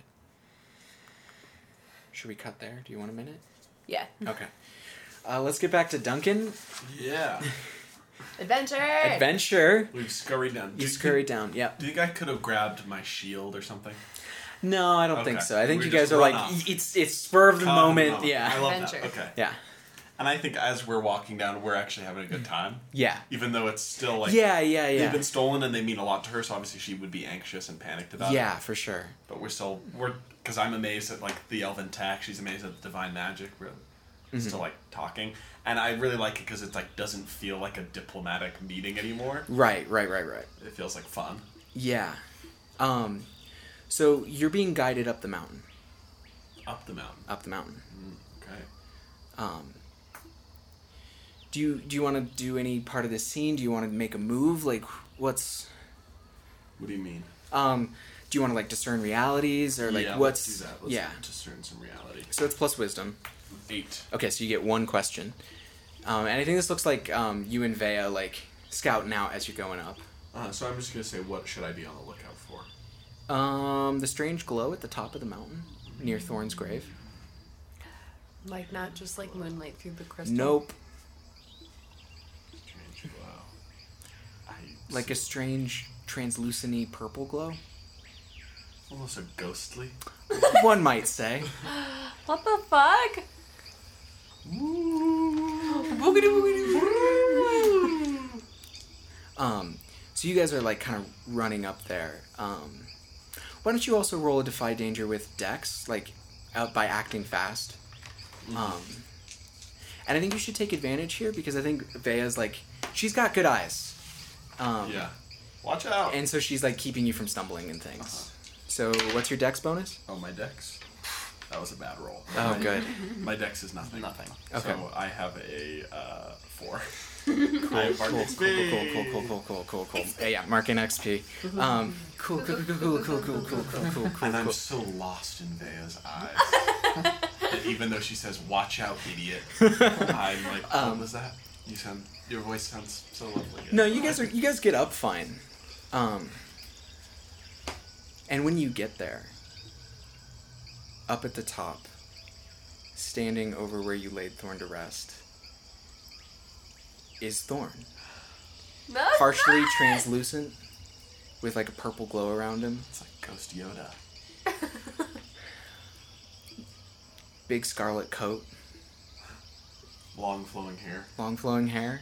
[SPEAKER 1] Should we cut there? Do you want a minute?
[SPEAKER 4] Yeah.
[SPEAKER 1] Okay. Uh, let's get back to Duncan.
[SPEAKER 2] Yeah.
[SPEAKER 4] Adventure!
[SPEAKER 1] Adventure.
[SPEAKER 2] We've scurried down. Do
[SPEAKER 1] You scurry down. Yep.
[SPEAKER 2] Do you think I could have grabbed my shield or something?
[SPEAKER 1] No, I don't think
[SPEAKER 2] Okay.
[SPEAKER 1] so. I think
[SPEAKER 2] We
[SPEAKER 1] you
[SPEAKER 2] just
[SPEAKER 1] guys are
[SPEAKER 2] run
[SPEAKER 1] like
[SPEAKER 2] off.
[SPEAKER 1] it's it's spur of the
[SPEAKER 2] Calm
[SPEAKER 1] moment.
[SPEAKER 2] down. I
[SPEAKER 1] Yeah.
[SPEAKER 2] love
[SPEAKER 4] Adventure.
[SPEAKER 2] that. Okay.
[SPEAKER 1] Yeah.
[SPEAKER 2] And I think as we're walking down, we're actually having a good time,
[SPEAKER 1] Yeah.
[SPEAKER 2] even though it's still like
[SPEAKER 1] yeah, yeah,
[SPEAKER 2] they've
[SPEAKER 1] yeah.
[SPEAKER 2] been stolen and they mean a lot to her. So obviously she would be anxious and panicked about it.
[SPEAKER 1] Yeah, for sure.
[SPEAKER 2] But we're still we're because I'm amazed at like the elven tech. She's amazed at the divine magic. We're
[SPEAKER 1] Mm-hmm.
[SPEAKER 2] still like talking, and I really like it because it like doesn't feel like a diplomatic meeting anymore.
[SPEAKER 1] Right, right, right, right.
[SPEAKER 2] It feels like fun.
[SPEAKER 1] Yeah. Um so you're being guided up the mountain.
[SPEAKER 2] Up the mountain.
[SPEAKER 1] Up the mountain.
[SPEAKER 2] Okay.
[SPEAKER 1] Um Do you do you want to do any part of this scene? Do you want to make a move? Like what's
[SPEAKER 2] What do you mean?
[SPEAKER 1] um do you want to like discern realities or like
[SPEAKER 2] yeah,
[SPEAKER 1] what's
[SPEAKER 2] let's do that. Let's
[SPEAKER 1] yeah.
[SPEAKER 2] discern some reality.
[SPEAKER 1] So it's plus wisdom.
[SPEAKER 2] Eight.
[SPEAKER 1] Okay, so you get one question. Um, and I think this looks like um, you and Vea like scouting out as you're going up.
[SPEAKER 2] Uh, so I'm just gonna say, what should I be on the lookout for?
[SPEAKER 1] Um, the strange glow at the top of the mountain near Thorn's grave.
[SPEAKER 4] Like, not just like moonlight through the crystal.
[SPEAKER 1] Nope,
[SPEAKER 2] Strange glow. I
[SPEAKER 1] like a strange translucent purple glow.
[SPEAKER 2] almost a Oh, ghostly.
[SPEAKER 1] One might say.
[SPEAKER 4] What the fuck?
[SPEAKER 1] Um, so you guys are like kind of running up there. Um, why don't you also roll a defy danger with Dex, like out by acting fast? Um, and I think you should take advantage here because I think Vea's like she's got good eyes. Um,
[SPEAKER 2] Yeah. Watch out.
[SPEAKER 1] And so she's like keeping you from stumbling and things. So what's your Dex bonus?
[SPEAKER 2] oh my dex. That was a bad roll.
[SPEAKER 1] Oh,
[SPEAKER 2] My-
[SPEAKER 1] good.
[SPEAKER 2] My dex is nothing. Nothing.
[SPEAKER 1] Okay.
[SPEAKER 2] So I have a uh, four. I have bardic
[SPEAKER 1] cool, cool, cool,
[SPEAKER 2] XP.
[SPEAKER 1] cool, cool, cool, cool, cool, cool. Yeah, yeah, marking XP. Um, cool, cool, cool, cool, cool, cool, cool, cool, cool, cool,
[SPEAKER 2] And I'm
[SPEAKER 1] cool.
[SPEAKER 2] so lost in Vea's eyes. and even though she says, "Watch out, idiot," I'm like, "What was that? You sound. Your voice sounds so lovely."
[SPEAKER 1] Um, No, you guys are you guys get up fine. Um, and when you get there, up at the top, standing over where you laid Thorn to rest, is Thorn,
[SPEAKER 4] No.
[SPEAKER 1] partially translucent, with like a purple glow around him.
[SPEAKER 2] It's like Ghost Yoda.
[SPEAKER 1] big scarlet coat,
[SPEAKER 2] Long flowing hair.
[SPEAKER 1] long flowing hair,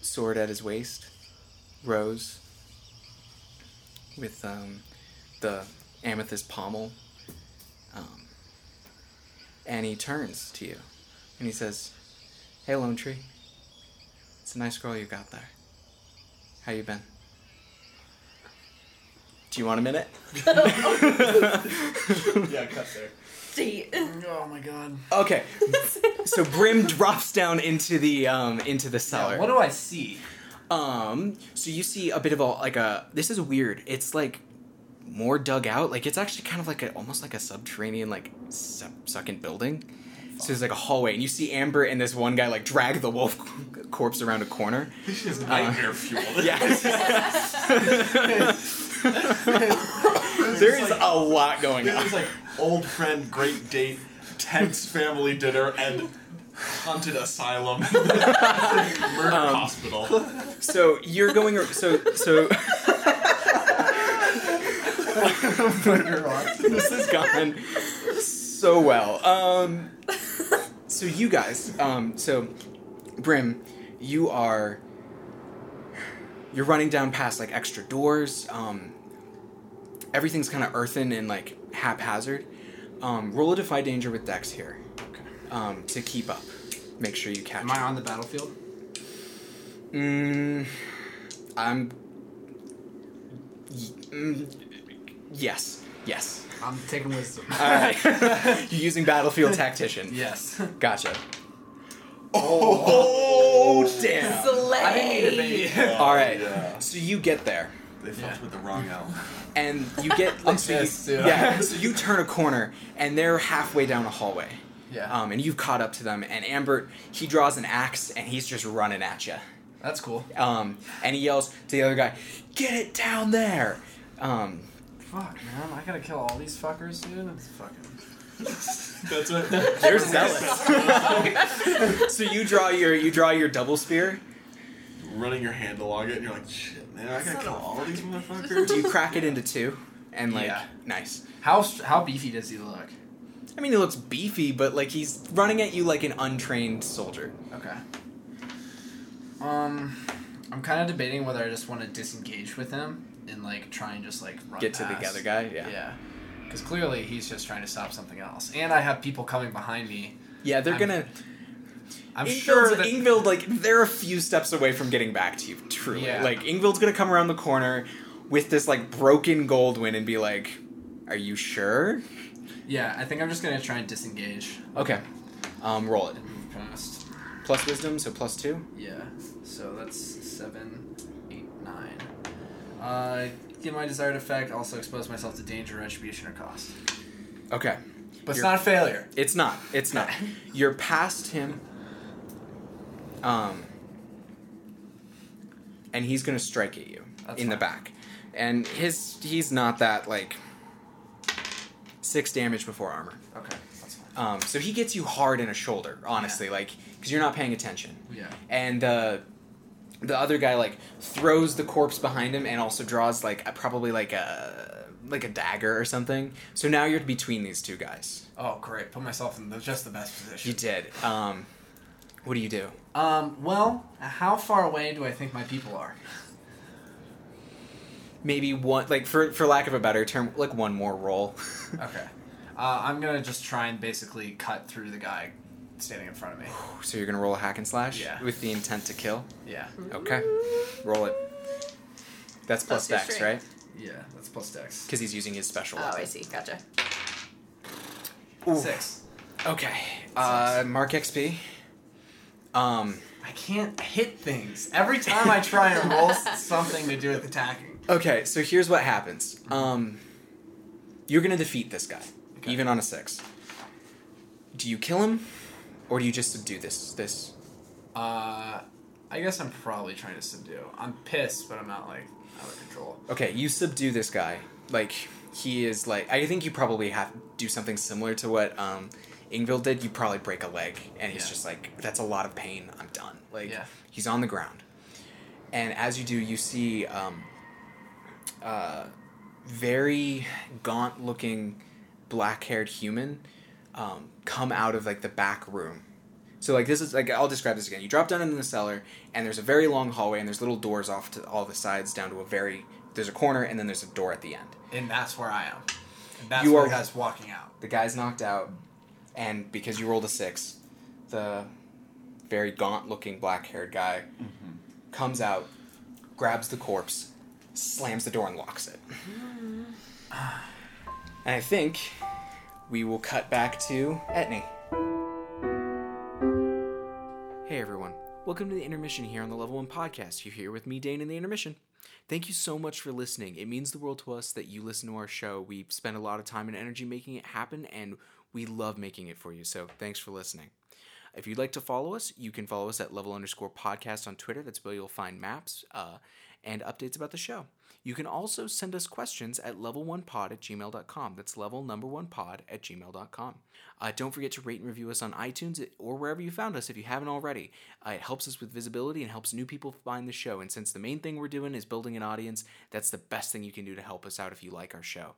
[SPEAKER 1] sword at his waist, rose with um, the amethyst pommel. Um, and he turns to you and he says, Hey, Lone Tree. It's a nice girl you got there. How you been? Do you want a minute?
[SPEAKER 2] yeah, cut there.
[SPEAKER 4] Date.
[SPEAKER 3] Oh my god.
[SPEAKER 1] Okay. so Brim drops down into the um, into the cellar.
[SPEAKER 3] Yeah, what do I see?
[SPEAKER 1] Um, so you see a bit of a like a this is weird. It's like more dug out. Like it's actually kind of like a almost like a subterranean like second building. So there's like a hallway, and you see Amber and this one guy like drag the wolf corpse around a corner.
[SPEAKER 2] This is nightmare fuel.
[SPEAKER 1] Uh, Yeah. there is a lot going
[SPEAKER 2] It
[SPEAKER 1] on.
[SPEAKER 2] was like old friend, great date, tense family dinner, and haunted asylum, murder
[SPEAKER 1] Um,
[SPEAKER 2] hospital.
[SPEAKER 1] So you're going. ar- So so this has gone so well. Um, so you guys, um, so Brim, you are you're running down past like extra doors. Um, everything's kind of earthen and like haphazard. Um, roll a defy danger with Dex here um, to keep up. Make sure you catch.
[SPEAKER 3] Am I
[SPEAKER 1] it.
[SPEAKER 3] on the battlefield?
[SPEAKER 1] Mm, I'm. Y- mm, yes. Yes.
[SPEAKER 3] I'm taking wisdom.
[SPEAKER 1] All right. You're using battlefield tactician.
[SPEAKER 3] yes.
[SPEAKER 1] Gotcha. Oh, damn.
[SPEAKER 4] Slay.
[SPEAKER 3] I didn't need it, baby.
[SPEAKER 1] All right.
[SPEAKER 2] Yeah.
[SPEAKER 1] So you get there,
[SPEAKER 2] They fucked
[SPEAKER 3] Yeah.
[SPEAKER 2] with the wrong L.
[SPEAKER 1] and you get. like, so you-
[SPEAKER 3] pissed, too.
[SPEAKER 1] yeah. So you turn a corner, and they're halfway down a hallway.
[SPEAKER 3] Yeah.
[SPEAKER 1] Um, and you've caught up to them, and Ambert, he draws an axe, and he's just running at you.
[SPEAKER 3] That's cool.
[SPEAKER 1] Um, and he yells to the other guy, "Get it down there!" Um,
[SPEAKER 3] Fuck, man. I gotta kill all these fuckers, dude. It's fucking.
[SPEAKER 2] That's what.
[SPEAKER 1] They're zealous. so you draw your you draw your double spear.
[SPEAKER 2] Running your hand along it, and you're like, shit, man, I gotta
[SPEAKER 4] Son
[SPEAKER 2] kill
[SPEAKER 4] of a
[SPEAKER 2] all these motherfuckers.
[SPEAKER 1] Do you crack it into two? And like,
[SPEAKER 3] Yeah.
[SPEAKER 1] nice.
[SPEAKER 3] How how beefy does he look?
[SPEAKER 1] I mean, he looks beefy, but like he's running at you like an untrained soldier.
[SPEAKER 3] Okay. Um, I'm kind of debating whether I just want to disengage with him and like try and just like run
[SPEAKER 1] Get to the
[SPEAKER 3] past.
[SPEAKER 1] other guy. Yeah.
[SPEAKER 3] Yeah. Because clearly he's just trying to stop something else, and I have people coming behind me.
[SPEAKER 1] Yeah, they're
[SPEAKER 3] I'm-
[SPEAKER 1] gonna.
[SPEAKER 3] I'm
[SPEAKER 1] Ingvild's,
[SPEAKER 3] sure that
[SPEAKER 1] Ingvild, like they're a few steps away from getting back to you. Truly,
[SPEAKER 3] Yeah.
[SPEAKER 1] like Ingvild's gonna come around the corner with this like broken Goldwyn and be like, "Are you sure?"
[SPEAKER 3] yeah, I think I'm just gonna try and disengage
[SPEAKER 1] Okay. Um, roll it.
[SPEAKER 3] and move past.
[SPEAKER 1] Plus wisdom, so plus two.
[SPEAKER 3] Yeah. So that's seven, eight, nine. Uh, get my desired effect. Also expose myself to danger, retribution, or cost.
[SPEAKER 1] Okay.
[SPEAKER 3] But it's
[SPEAKER 1] You're-
[SPEAKER 3] not a failure.
[SPEAKER 1] It's not. It's not. You're past him. Um. And he's gonna strike at you
[SPEAKER 3] That's
[SPEAKER 1] in the
[SPEAKER 3] fine.
[SPEAKER 1] back, and his he's not that like six damage before armor.
[SPEAKER 3] Okay, that's fine.
[SPEAKER 1] Um, so he gets you hard in a shoulder, honestly, like because you're not paying attention.
[SPEAKER 3] Yeah.
[SPEAKER 1] And uh, the other guy like throws the corpse behind him and also draws like a, probably like a like a dagger or something. So now you're between these two guys.
[SPEAKER 3] Oh, great. Put myself in the, just the best
[SPEAKER 1] You
[SPEAKER 3] position.
[SPEAKER 1] did. Um, what do you do?
[SPEAKER 3] Um, well, how far away do I think my people are?
[SPEAKER 1] Maybe one, like for for lack of a better term, like one more roll.
[SPEAKER 3] Okay. Uh, I'm gonna just try and basically cut through the guy standing in front of me.
[SPEAKER 1] so you're gonna roll a hack and slash
[SPEAKER 3] Yeah. Mm-hmm.
[SPEAKER 1] with the intent to kill.
[SPEAKER 3] Yeah.
[SPEAKER 1] Okay, roll it. That's plus
[SPEAKER 4] Plus your
[SPEAKER 1] dex, right?
[SPEAKER 4] strength.
[SPEAKER 3] Yeah, that's plus dex.
[SPEAKER 1] Because he's using his special.
[SPEAKER 4] Oh,
[SPEAKER 1] weapon.
[SPEAKER 4] I see. Gotcha.
[SPEAKER 1] Ooh.
[SPEAKER 3] Six.
[SPEAKER 1] Okay. Uh, mark XP. Um.
[SPEAKER 3] I can't hit things. Every time I try and roll s- something to do with attacking.
[SPEAKER 1] Okay, so here's what happens. Um, you're gonna defeat this guy,
[SPEAKER 3] Mm-hmm. Okay.
[SPEAKER 1] even on a six. Do you kill him, or do you just subdue this this
[SPEAKER 3] Uh, I guess I'm probably trying to subdue. I'm pissed, but I'm not like out of control.
[SPEAKER 1] Okay, you subdue this guy. Like he is like I think you probably have do something similar to what um Ingvild did. You probably break a leg and he's
[SPEAKER 3] Yeah.
[SPEAKER 1] just like that's a lot of pain. I'm done. Like
[SPEAKER 3] Yeah.
[SPEAKER 1] he's on the ground. And as you do, you see um uh very gaunt looking black haired human um come out of like the back room so like this is like I'll describe this again. You drop down into the cellar, and there's a very long hallway, and there's little doors off to all the sides down to a very there's a corner, and then there's a door at the end.
[SPEAKER 3] And that's where I am. And that's
[SPEAKER 1] You
[SPEAKER 3] where
[SPEAKER 1] are-
[SPEAKER 3] the guy's walking out.
[SPEAKER 1] The guy's knocked out, and because you rolled a six, the very gaunt looking black haired guy comes out, grabs the corpse, slams the door, and locks it. and I think we will cut back to Etney. Hey everyone, welcome to the intermission here on the Level 1 podcast. You're here with me, Dane, in the intermission. Thank you so much for listening. It means the world to us that you listen to our show. We spend a lot of time and energy making it happen, and we love making it for you, so thanks for listening. If you'd like to follow us, you can follow us at level underscore podcast on Twitter. That's where you'll find maps uh, and updates about the show. You can also send us questions at level1pod at gmail.com. That's level number one pod at gmail.com. Uh, don't forget to rate and review us on iTunes or wherever you found us if you haven't already. Uh, it helps us with visibility and helps new people find the show. And since the main thing we're doing is building an audience, that's the best thing you can do to help us out if you like our show.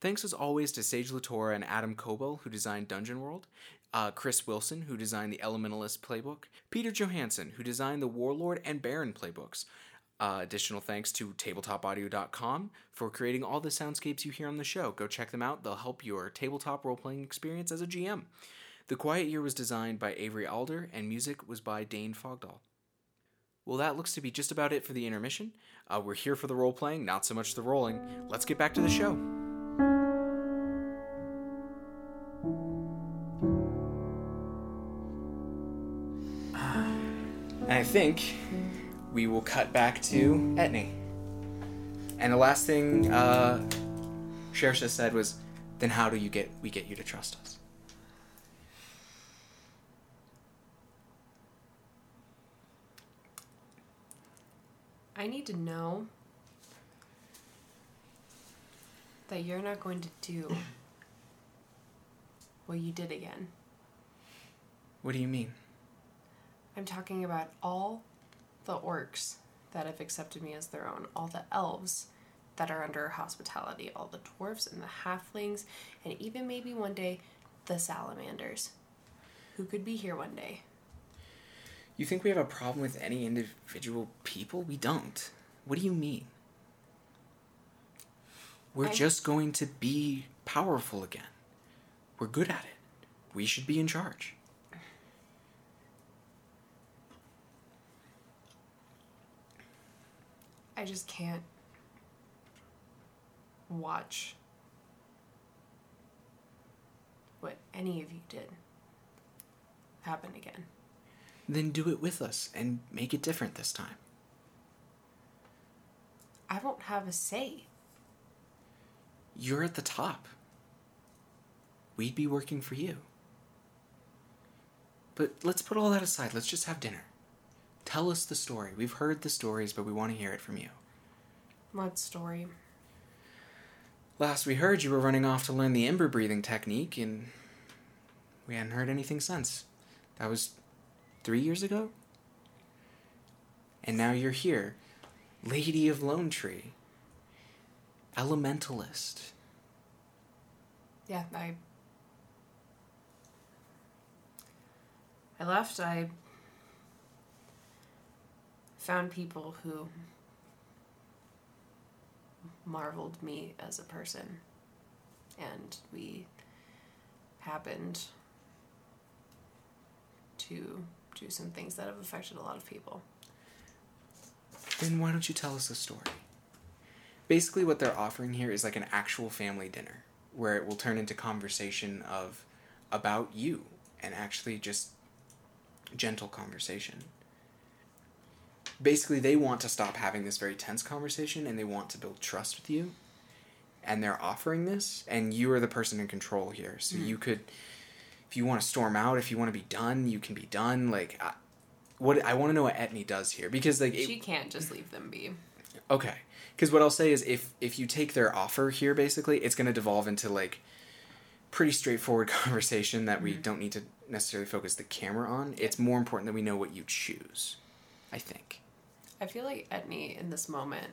[SPEAKER 1] Thanks as always to Sage Latora and Adam Coble, who designed Dungeon World, uh, Chris Wilson, who designed the Elementalist playbook, Peter Johansson, who designed the Warlord and Baron playbooks. Uh, additional thanks to tabletopaudio.com for creating all the soundscapes you hear on the show. Go check them out, they'll help your tabletop role playing experience as a GM. The Quiet Year was designed by Avery Alder, and music was by Dane Fogdahl. Well, that looks to be just about it for the intermission. Uh, we're here for the role playing, not so much the rolling. Let's get back to the show. And I think we will cut back to Etney. And the last thing uh, Shersha said was, "Then how do you get we get you to trust us?"
[SPEAKER 4] I need to know that you're not going to do what you did again.
[SPEAKER 1] What do you mean?
[SPEAKER 4] I'm talking about all the orcs that have accepted me as their own, all the elves that are under our hospitality, all the dwarves and the halflings, and even maybe one day the salamanders, who could be here one day.
[SPEAKER 1] You think we have a problem with any individual people? We don't. What do you mean? We're
[SPEAKER 4] I-
[SPEAKER 1] just going to be powerful again. We're good at it. We should be in charge.
[SPEAKER 4] I just can't watch what any of you did happen again.
[SPEAKER 1] Then do it with us and make it different this time.
[SPEAKER 4] I won't have a say.
[SPEAKER 1] You're at the top. We'd be working for you. But let's put all that aside. Let's just have dinner. Tell us the story. We've heard the stories, but we want to hear it from you.
[SPEAKER 4] What story?
[SPEAKER 1] Last we heard, you were running off to learn the ember breathing technique, and we hadn't heard anything since. That was three years ago? And now you're here, Lady of Lone Tree, Elementalist.
[SPEAKER 4] Yeah, I. I left. I found people who marveled me as a person. And we happened to do some things that have affected a lot of people.
[SPEAKER 1] Then why don't you tell us a story? Basically, what they're offering here is like an actual family dinner where it will turn into conversation of about you and actually just gentle conversation. Basically, they want to stop having this very tense conversation and they want to build trust with you. And they're offering this, and you are the person in control here. So you could, if you want to storm out, if you want to be done, you can be done. Like, I, what I want to know what Etni does here because like it,
[SPEAKER 4] she can't just leave them be.
[SPEAKER 1] Okay. Because what I'll say is, if if you take their offer here, basically, it's going to devolve into like pretty straightforward conversation that we don't need to necessarily focus the camera on. It's more important that we know what you choose. I think.
[SPEAKER 4] I feel like Etney in this moment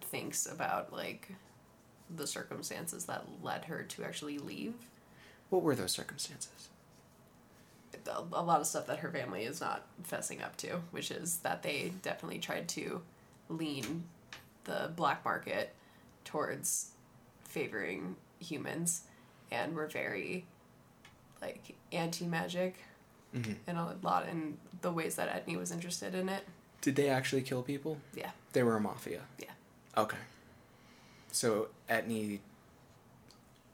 [SPEAKER 4] thinks about like the circumstances that led her to actually leave.
[SPEAKER 1] What were those circumstances?
[SPEAKER 4] A a lot of stuff that her family is not fessing up to, which is that they definitely tried to lean the black market towards favoring humans and were very like anti magic
[SPEAKER 1] Mm-hmm.
[SPEAKER 4] and a lot in the ways that Etney was interested in it.
[SPEAKER 1] Did they actually kill people?
[SPEAKER 4] Yeah,
[SPEAKER 1] They were a mafia.
[SPEAKER 4] yeah.
[SPEAKER 1] Okay. So Etni.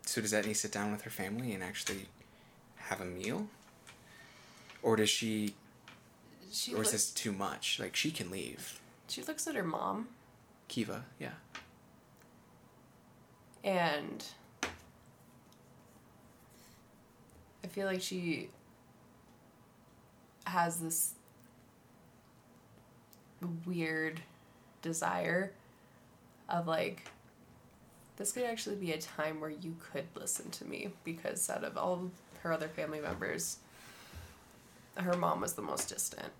[SPEAKER 1] So does Etni sit down with her family and actually have a meal? Or does she?
[SPEAKER 4] She
[SPEAKER 1] Or is
[SPEAKER 4] looks,
[SPEAKER 1] this too much? Like she can leave.
[SPEAKER 4] she looks at her mom
[SPEAKER 1] Kiva, yeah.
[SPEAKER 4] and I feel like she has this weird desire of like this could actually be a time where you could listen to me because out of all her other family members her mom was the most distant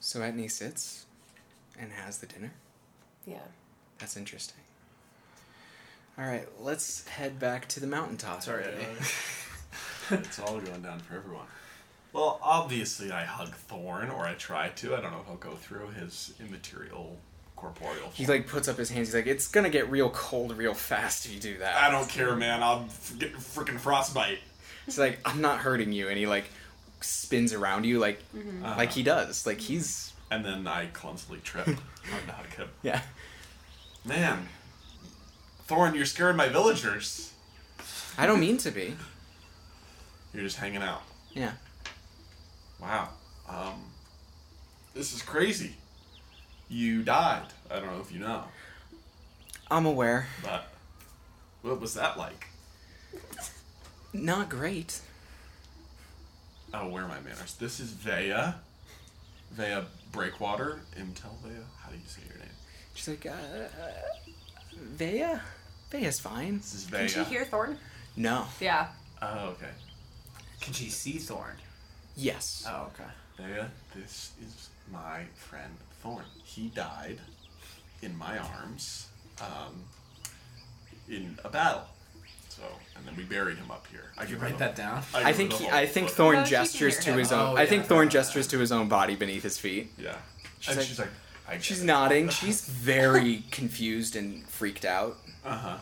[SPEAKER 1] So Etney sits and has the dinner.
[SPEAKER 4] yeah
[SPEAKER 1] That's interesting. All right, let's head back to the mountaintop.
[SPEAKER 3] Sorry,
[SPEAKER 1] everybody.
[SPEAKER 3] Etni.
[SPEAKER 2] it's all going down for everyone. Well, obviously, I hug Thorn, or I try to. I don't know if I'll go through his immaterial, corporeal.
[SPEAKER 1] He
[SPEAKER 2] form.
[SPEAKER 1] like puts up his hands. He's like, "It's gonna get real cold real fast if you do that."
[SPEAKER 2] I don't care, man. I'm f- getting freaking frostbite.
[SPEAKER 1] He's like, "I'm not hurting you," and he like spins around you like like he does. Like he's
[SPEAKER 2] And then I clumsily trip. I'm not him.
[SPEAKER 1] yeah.
[SPEAKER 2] Man, Thorn, you're scaring my villagers.
[SPEAKER 1] I don't mean to be.
[SPEAKER 2] You're just hanging out.
[SPEAKER 1] Yeah.
[SPEAKER 2] Wow. Um, this is crazy. You died. I don't know if you know,
[SPEAKER 1] I'm aware.
[SPEAKER 2] but what was that like?
[SPEAKER 1] Not great.
[SPEAKER 2] Oh, where are my manners? This is Vea. Vea Breakwater. Intel Vea. How do you say your name?
[SPEAKER 1] She's like, uh, Vea? Vea's fine.
[SPEAKER 2] This is Vea.
[SPEAKER 4] Can she hear Thorn?
[SPEAKER 1] No.
[SPEAKER 4] Yeah.
[SPEAKER 2] Oh, okay.
[SPEAKER 3] Can she see Thorn?
[SPEAKER 1] Yes.
[SPEAKER 3] Oh, okay.
[SPEAKER 2] Vea, this is my friend Thorn. He died in my arms um, in a battle. So, and then we buried him up here. I can
[SPEAKER 3] Write that down.
[SPEAKER 1] I think he, I think
[SPEAKER 2] Thorn.
[SPEAKER 1] Thorn
[SPEAKER 4] No, she can
[SPEAKER 1] gestures
[SPEAKER 4] hear
[SPEAKER 1] to
[SPEAKER 4] him.
[SPEAKER 1] his own.
[SPEAKER 3] Oh,
[SPEAKER 1] I think
[SPEAKER 3] yeah.
[SPEAKER 1] Thorn gestures to his own body beneath his feet.
[SPEAKER 2] Yeah.
[SPEAKER 1] She's
[SPEAKER 2] and
[SPEAKER 1] like-
[SPEAKER 2] she's like, I get
[SPEAKER 1] She's
[SPEAKER 2] it.
[SPEAKER 1] nodding. She's very confused and freaked out.
[SPEAKER 2] Uh huh.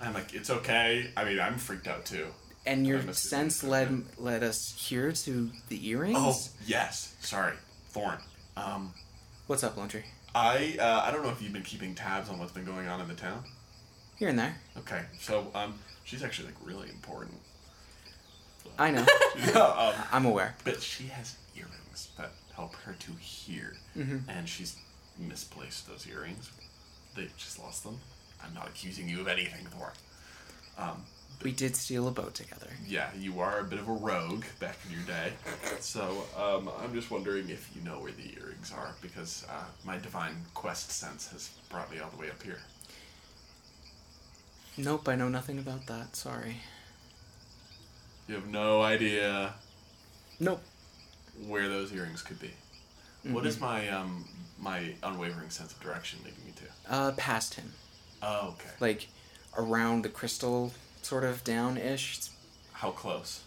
[SPEAKER 2] I'm like, it's okay. I mean, I'm freaked out too.
[SPEAKER 1] And
[SPEAKER 2] I
[SPEAKER 1] your
[SPEAKER 2] must have
[SPEAKER 1] sense
[SPEAKER 2] been
[SPEAKER 1] led led us here to the earrings.
[SPEAKER 2] Oh yes, sorry, Thorn. Um,
[SPEAKER 1] What's up, Laundry?
[SPEAKER 2] I uh, I don't know if you've been keeping tabs on what's been going on in the town.
[SPEAKER 1] Here and there.
[SPEAKER 2] Okay, so um, she's actually like really important.
[SPEAKER 1] I know.
[SPEAKER 2] um,
[SPEAKER 1] I'm aware.
[SPEAKER 2] but she has earrings that help her to hear, and she's misplaced those earrings. They just lost them. I'm not accusing you of anything, Thorn.
[SPEAKER 1] We did steal a boat together.
[SPEAKER 2] Yeah, you are a bit of a rogue back in your day. So um, I'm just wondering if you know where the earrings are, because uh, my divine quest sense has brought me all the way up here.
[SPEAKER 1] Nope, I know nothing about that. Sorry.
[SPEAKER 2] You have no idea
[SPEAKER 1] Nope.
[SPEAKER 2] where those earrings could be. What
[SPEAKER 1] Mm-hmm.
[SPEAKER 2] is my um, my unwavering sense of direction leading me to?
[SPEAKER 1] Uh, past him.
[SPEAKER 2] Oh, okay.
[SPEAKER 1] Like, around the crystal, sort of down ish. It's
[SPEAKER 2] How close?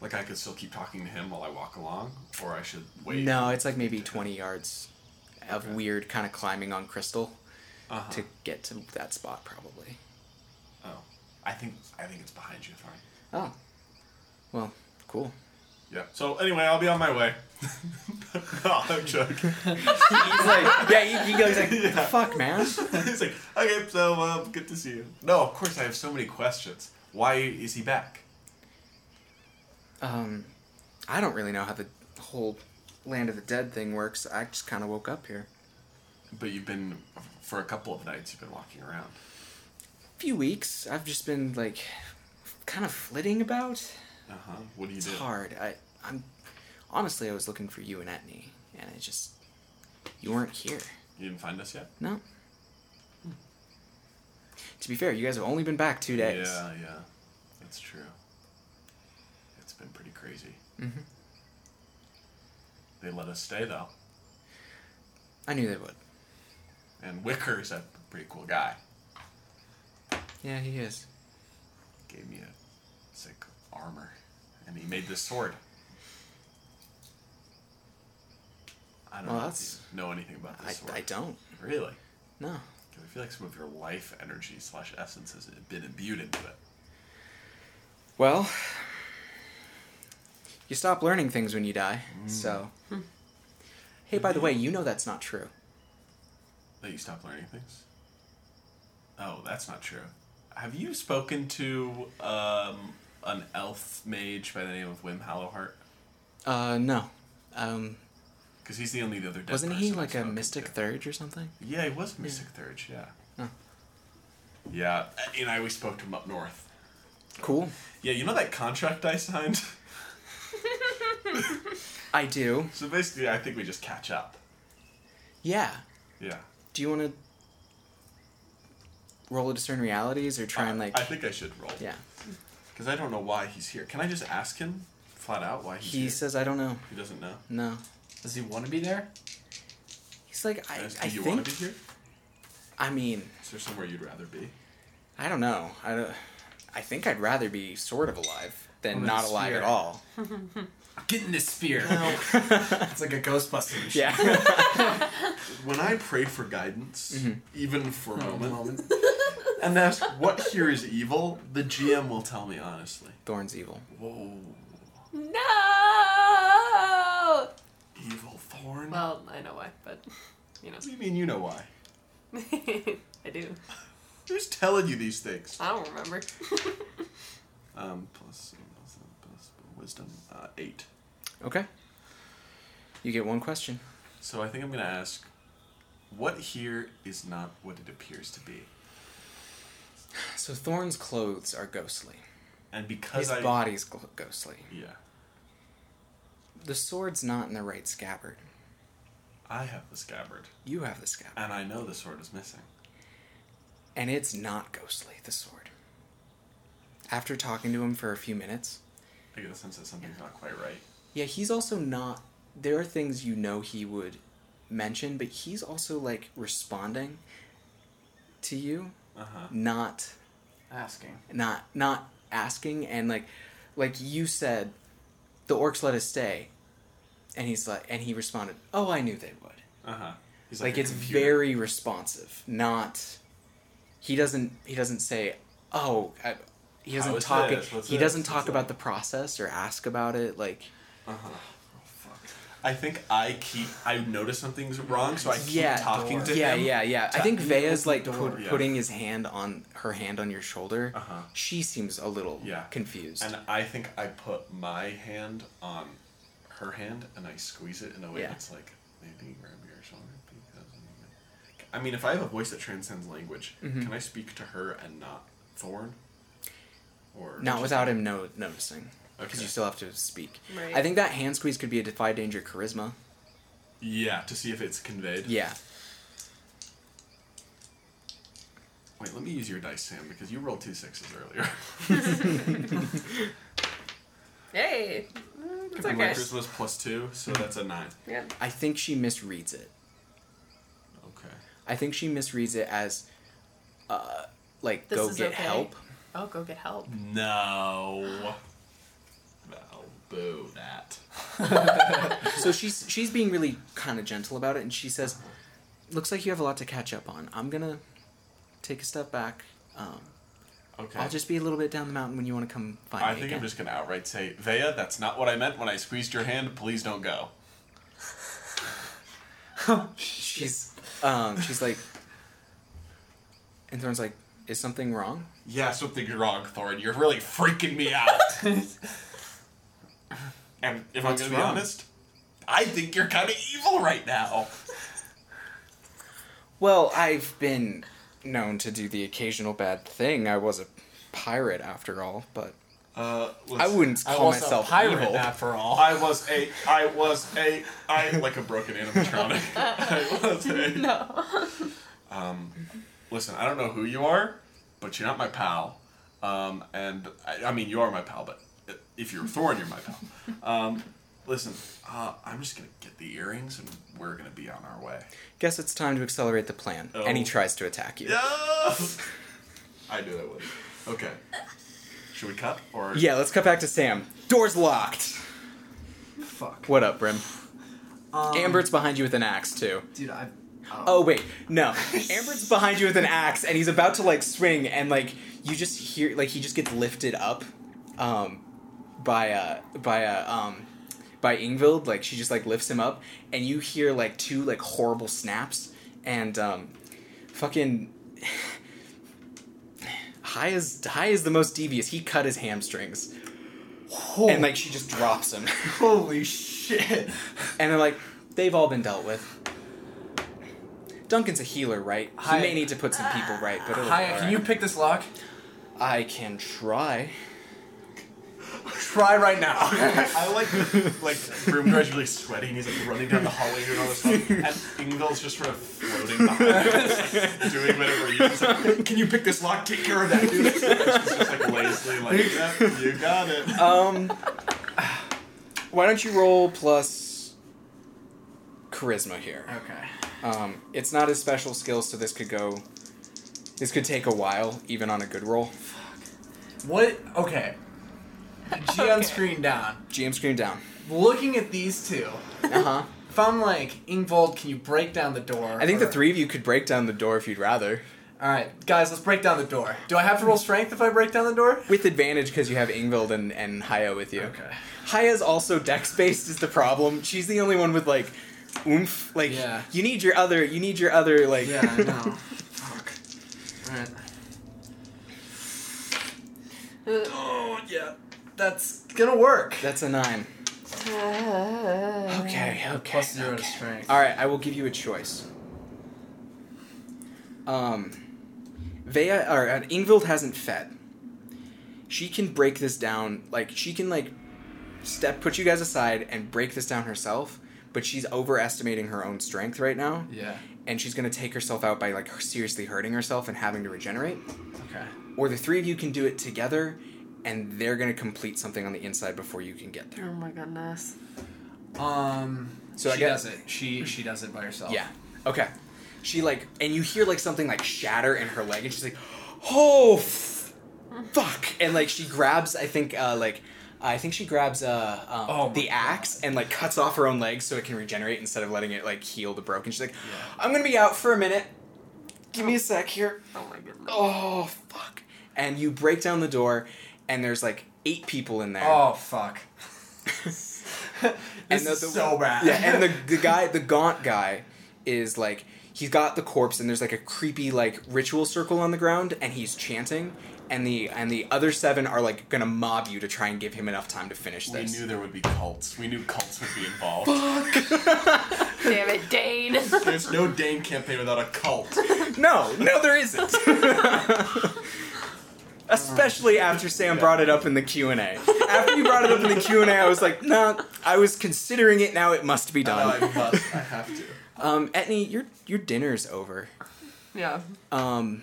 [SPEAKER 2] Like I could still keep talking to him while I walk along, or I should wait.
[SPEAKER 1] No, it's like maybe 20 yards of weird kind of climbing on crystal
[SPEAKER 2] Uh-huh.
[SPEAKER 1] to get to that spot, probably.
[SPEAKER 2] Oh, I think I think it's behind you, Fine.
[SPEAKER 1] Oh. Well, cool.
[SPEAKER 2] Yeah. So anyway, I'll be on my way. no, I'm joking.
[SPEAKER 1] He's like, yeah, he, he goes like, fuck, man.
[SPEAKER 2] He's like, okay, so um, good to see you. No, of course I have so many questions. Why is he back?
[SPEAKER 1] Um, I don't really know how the whole land of the dead thing works. I just kind of woke up here.
[SPEAKER 2] But you've been for a couple of nights. You've been walking around.
[SPEAKER 1] A few weeks, I've just been like, kind of flitting about.
[SPEAKER 2] Uh huh. What do you
[SPEAKER 1] It's
[SPEAKER 2] do?
[SPEAKER 1] hard. I, I'm honestly, I was looking for you and Etney, and it just you weren't here.
[SPEAKER 2] You didn't find us yet.
[SPEAKER 1] No. To be fair, you guys have only been back two days.
[SPEAKER 2] Yeah, yeah. That's true. It's been pretty crazy.
[SPEAKER 1] Mhm.
[SPEAKER 2] They let us stay though,
[SPEAKER 1] I knew they would.
[SPEAKER 2] and Wicker is a pretty cool guy.
[SPEAKER 1] Yeah, he is.
[SPEAKER 2] Gave me a sick armor, and he made this sword. I don't
[SPEAKER 1] Well,
[SPEAKER 2] know, if
[SPEAKER 1] that's-
[SPEAKER 2] you know anything about
[SPEAKER 1] I,
[SPEAKER 2] this sword.
[SPEAKER 1] I don't.
[SPEAKER 2] Really?
[SPEAKER 1] No.
[SPEAKER 2] 'Cause I feel like some of your life energy slash essence has been imbued into it.
[SPEAKER 1] Well, you stop learning things when you die. So. Hey, by the way, you know that's not true.
[SPEAKER 2] That you stop learning things? Oh, that's not true. Have you spoken to um, an elf mage by the name of Wim Hollowheart?
[SPEAKER 1] Uh, no. Um,
[SPEAKER 2] Because he's the only other dead
[SPEAKER 1] wasn't he
[SPEAKER 2] person I've
[SPEAKER 1] like a
[SPEAKER 2] spoken
[SPEAKER 1] mystic
[SPEAKER 2] to.
[SPEAKER 1] third or something?
[SPEAKER 2] Yeah, he was Mystic Thurge, yeah.
[SPEAKER 1] Oh.
[SPEAKER 2] Yeah, and I always spoke to him up north.
[SPEAKER 1] Cool.
[SPEAKER 2] Yeah, you know that contract I signed?
[SPEAKER 1] I do.
[SPEAKER 2] so basically, I think we just catch up.
[SPEAKER 1] Yeah.
[SPEAKER 2] Yeah.
[SPEAKER 1] Do you want to roll a discern realities or try and like?
[SPEAKER 2] Uh, I think I should roll.
[SPEAKER 1] yeah.
[SPEAKER 2] Because I don't know why he's here. Can I just ask him flat out why he's
[SPEAKER 1] He
[SPEAKER 2] here?
[SPEAKER 1] says, "I don't know.
[SPEAKER 2] he doesn't know.
[SPEAKER 1] No."
[SPEAKER 3] Does he want to be there?
[SPEAKER 1] He's like, "I,
[SPEAKER 2] Do
[SPEAKER 1] I
[SPEAKER 2] you
[SPEAKER 1] think."
[SPEAKER 2] want to be here?
[SPEAKER 1] I mean,
[SPEAKER 2] Is there somewhere you'd rather be?
[SPEAKER 1] I don't know. I, don't- I think I'd rather be sort of alive than
[SPEAKER 3] Well,
[SPEAKER 1] not
[SPEAKER 3] that's
[SPEAKER 1] alive
[SPEAKER 3] fair.
[SPEAKER 1] at all.
[SPEAKER 3] Get in this spear. it's like a Ghostbuster machine.
[SPEAKER 1] Yeah.
[SPEAKER 2] When I pray for guidance,
[SPEAKER 1] Mm-hmm.
[SPEAKER 2] even for a moment,
[SPEAKER 3] Moment.
[SPEAKER 2] and ask what here is evil, the GM will tell me honestly.
[SPEAKER 1] Thorn's evil.
[SPEAKER 2] Whoa,
[SPEAKER 4] No.
[SPEAKER 2] evil thorn.
[SPEAKER 4] Well, I know why, but you know,
[SPEAKER 2] what do you mean you know why?
[SPEAKER 4] I do.
[SPEAKER 2] Who's telling you these things?
[SPEAKER 4] I don't remember.
[SPEAKER 2] Um, plus, plus wisdom, uh, eight.
[SPEAKER 1] Okay. You get one question.
[SPEAKER 2] So I think I'm gonna ask, what here is not what it appears to be,
[SPEAKER 1] So Thorn's clothes are ghostly.
[SPEAKER 2] and because
[SPEAKER 1] His
[SPEAKER 2] I
[SPEAKER 1] body's gl- ghostly.
[SPEAKER 2] yeah,
[SPEAKER 1] The sword's not in the right scabbard.
[SPEAKER 2] I have the scabbard,
[SPEAKER 1] You have the scabbard.
[SPEAKER 2] and I know the sword is missing.
[SPEAKER 1] And it's not ghostly, the sword. After talking to him for a few minutes,
[SPEAKER 2] I get the sense that something's not quite right.
[SPEAKER 1] yeah, he's also not. There are things you know he would mention, but he's also, like, responding to you,
[SPEAKER 2] Uh huh.
[SPEAKER 1] not
[SPEAKER 3] Asking.
[SPEAKER 1] not not asking and like like you said the orcs let us stay and he's like and he responded oh i knew they would
[SPEAKER 2] Uh huh. He's
[SPEAKER 1] like,
[SPEAKER 2] a
[SPEAKER 1] it's
[SPEAKER 2] computer.
[SPEAKER 1] very responsive not he doesn't he doesn't say oh I, he
[SPEAKER 2] How
[SPEAKER 1] doesn't
[SPEAKER 2] is
[SPEAKER 1] talk
[SPEAKER 2] this? What's
[SPEAKER 1] he
[SPEAKER 2] this?
[SPEAKER 1] doesn't
[SPEAKER 2] What's
[SPEAKER 1] talk about
[SPEAKER 2] that?
[SPEAKER 1] the process or ask about it like
[SPEAKER 2] I think I keep. I notice something's wrong, so I keep
[SPEAKER 1] Yeah,
[SPEAKER 2] talking to
[SPEAKER 1] yeah
[SPEAKER 2] him.
[SPEAKER 1] yeah yeah i
[SPEAKER 3] Ta-
[SPEAKER 1] think
[SPEAKER 3] you
[SPEAKER 1] vea's
[SPEAKER 3] open
[SPEAKER 1] like
[SPEAKER 3] the
[SPEAKER 1] put,
[SPEAKER 3] door.
[SPEAKER 2] Yeah.
[SPEAKER 1] putting his hand on her hand on your shoulder
[SPEAKER 2] Uh-huh.
[SPEAKER 1] she seems a little
[SPEAKER 2] Yeah.
[SPEAKER 1] confused
[SPEAKER 2] And I think I put my hand on her hand, and I squeeze it in a way
[SPEAKER 1] Yeah.
[SPEAKER 2] that's like maybe grab your shoulder because. I'm- I mean, if I have a voice that transcends language,
[SPEAKER 1] Mm-hmm.
[SPEAKER 2] can I speak to her and not Thorn? Or
[SPEAKER 1] Not without him no- noticing. Because
[SPEAKER 2] Okay.
[SPEAKER 1] you still have to speak.
[SPEAKER 4] Right.
[SPEAKER 1] I think that hand squeeze could be a defy danger charisma.
[SPEAKER 2] Yeah, to see if it's conveyed.
[SPEAKER 1] Yeah.
[SPEAKER 2] Wait, let me use your dice, Sam, because you rolled two sixes earlier.
[SPEAKER 4] Hey, it's
[SPEAKER 2] My
[SPEAKER 4] okay.
[SPEAKER 2] charisma's plus two, so that's a nine.
[SPEAKER 4] Yeah.
[SPEAKER 1] I think she misreads it.
[SPEAKER 2] Okay.
[SPEAKER 1] I think she misreads it as, uh, like,
[SPEAKER 4] This
[SPEAKER 1] go
[SPEAKER 4] is
[SPEAKER 1] get
[SPEAKER 4] okay.
[SPEAKER 1] help.
[SPEAKER 4] Oh, go get help.
[SPEAKER 2] No. No. Boo that.
[SPEAKER 1] so she's she's being really kind of gentle about it, and she says, "Looks like you have a lot to catch up on. I'm gonna take a step back. Um,
[SPEAKER 2] Okay.
[SPEAKER 1] I'll just be a little bit down the mountain when you want to come find
[SPEAKER 2] I
[SPEAKER 1] me
[SPEAKER 2] think
[SPEAKER 1] again."
[SPEAKER 2] I'm just gonna outright say, Vea, that's not what I meant when I squeezed your hand. Please don't go.
[SPEAKER 1] she's um, she's like, and Thorne's like, "Is something wrong?"
[SPEAKER 2] Yeah, something's wrong, Thorin. You're really freaking me out. and if
[SPEAKER 1] What's
[SPEAKER 2] I'm gonna
[SPEAKER 1] wrong?
[SPEAKER 2] be honest, I think you're kind of evil right now.
[SPEAKER 1] Well, I've been known to do the occasional bad thing. I was a pirate after all, but
[SPEAKER 2] Uh,
[SPEAKER 1] I wouldn't
[SPEAKER 3] I
[SPEAKER 1] call
[SPEAKER 3] was
[SPEAKER 1] myself
[SPEAKER 3] a pirate
[SPEAKER 1] evil.
[SPEAKER 3] after all.
[SPEAKER 2] I was a. I was a. I like a broken animatronic. I was a.
[SPEAKER 4] No.
[SPEAKER 2] Um, listen, I don't know who you are, but you're not my pal. Um, and I, I mean, you are my pal, but if you're Thorn, you're my pal. Um, listen, uh, I'm just gonna get the earrings, and we're gonna be on our way.
[SPEAKER 1] Guess it's time to accelerate the plan. And he
[SPEAKER 2] Oh.
[SPEAKER 1] tries to attack you.
[SPEAKER 2] I knew that would. Okay. Should we cut or?
[SPEAKER 1] Yeah, let's cut back to Sam. Door's locked.
[SPEAKER 3] Fuck.
[SPEAKER 1] What up, Brim?
[SPEAKER 3] Um,
[SPEAKER 1] Ambert's behind you with an axe too.
[SPEAKER 3] Dude, I.
[SPEAKER 1] Oh wait, no. Ambert's behind you with an axe, and he's about to like swing, and like you just hear like he just gets lifted up, um, by uh by uh um by Ingvild. Like she just like lifts him up, and you hear like two like horrible snaps, and um, fucking. High is high is the most devious. He cut his hamstrings,
[SPEAKER 3] Holy,
[SPEAKER 1] and like she just drops him,
[SPEAKER 3] Oh. holy shit.
[SPEAKER 1] and they're like, they've all been dealt with. Duncan's a healer, right? He
[SPEAKER 3] Hi-
[SPEAKER 1] may need to put some people right, but it'll
[SPEAKER 3] Hiya,
[SPEAKER 1] be
[SPEAKER 3] can you
[SPEAKER 1] alright.
[SPEAKER 3] pick this lock?
[SPEAKER 1] I can try.
[SPEAKER 3] Try right now.
[SPEAKER 2] I like like room guy's really sweaty and he's like running down the hallway doing all this stuff, and Ingvild's just sort of floating behind him, just, like, doing whatever he is. Like, Can you pick this lock? Take care of that dude. She's just like lazily like, yep, you got it.
[SPEAKER 1] Um, why don't you roll plus charisma here?
[SPEAKER 3] okay.
[SPEAKER 1] Um, it's not his special skill, so this could go. This could take a while, even on a good roll.
[SPEAKER 3] What? Okay. G on
[SPEAKER 4] Okay.
[SPEAKER 3] screen down.
[SPEAKER 1] GM screen down.
[SPEAKER 3] Looking at these two,
[SPEAKER 1] Uh huh.
[SPEAKER 3] if I'm like, Ingvold, can you break down the door?
[SPEAKER 1] I think the
[SPEAKER 3] Or-
[SPEAKER 1] three of you could break down the door if you'd rather,
[SPEAKER 3] All right, guys, let's break down the door. Do I have to roll strength if I break down the door?
[SPEAKER 1] with advantage because you have Ingvild and and Haya with you.
[SPEAKER 3] Okay.
[SPEAKER 1] Haya's also dex based is the problem. She's the only one with like oomph. Like
[SPEAKER 3] Yeah.
[SPEAKER 1] you need your other. You need your other like.
[SPEAKER 3] Yeah, I know. Fuck. All right. Oh yeah, that's gonna work.
[SPEAKER 1] That's a nine.
[SPEAKER 4] Uh,
[SPEAKER 1] Okay, okay.
[SPEAKER 3] Plus zero
[SPEAKER 1] okay.
[SPEAKER 3] to strength.
[SPEAKER 1] All right, I will give you a choice. Um, Vea or uh, Ingvild hasn't fed. She can break this down. Like she can like step put you guys aside and break this down herself, but she's overestimating her own strength right now.
[SPEAKER 3] Yeah.
[SPEAKER 1] And she's gonna take herself out by like seriously hurting herself and having to regenerate.
[SPEAKER 3] Okay.
[SPEAKER 1] Or the three of you can do it together and they're gonna complete something on the inside before you can get
[SPEAKER 4] Oh
[SPEAKER 1] there.
[SPEAKER 4] my goodness.
[SPEAKER 3] Um.
[SPEAKER 1] So
[SPEAKER 3] she
[SPEAKER 1] I guess-
[SPEAKER 3] does it. She she does it by herself.
[SPEAKER 1] Yeah. Okay. She like and you hear like something like shatter in her leg and she's like, "Oh f- fuck." And like she grabs I think uh like I think she grabs uh um,
[SPEAKER 3] Oh my
[SPEAKER 1] the axe and like cuts off her own leg so it can regenerate instead of letting it like heal the broken. She's like, "I'm going to be out for a minute. Give me a sec here."
[SPEAKER 4] Oh my goodness.
[SPEAKER 1] Oh fuck. And you break down the door and there's like eight people in there.
[SPEAKER 3] Oh fuck.
[SPEAKER 1] And
[SPEAKER 3] this
[SPEAKER 1] the-
[SPEAKER 3] is
[SPEAKER 1] the-
[SPEAKER 3] so bad.
[SPEAKER 1] Yeah, and the, the guy, the gaunt guy, is like he's got the corpse, and there's like a creepy like ritual circle on the ground, and he's chanting, and the and the other seven are like gonna mob you to try and give him enough time to finish
[SPEAKER 2] We
[SPEAKER 1] this.
[SPEAKER 2] knew there would be cults. We knew cults would be involved.
[SPEAKER 4] Damn it, Dane.
[SPEAKER 2] There's no Dane campaign without a cult.
[SPEAKER 1] No, no, there isn't. Especially after Sam brought it up in the Q and A. After you brought it up in the Q and A, I was like, no, I was considering it. Now it must be
[SPEAKER 2] No, I
[SPEAKER 1] done.
[SPEAKER 2] must. I have to.
[SPEAKER 1] Um, Etney, your your dinner's over.
[SPEAKER 4] yeah.
[SPEAKER 1] Um,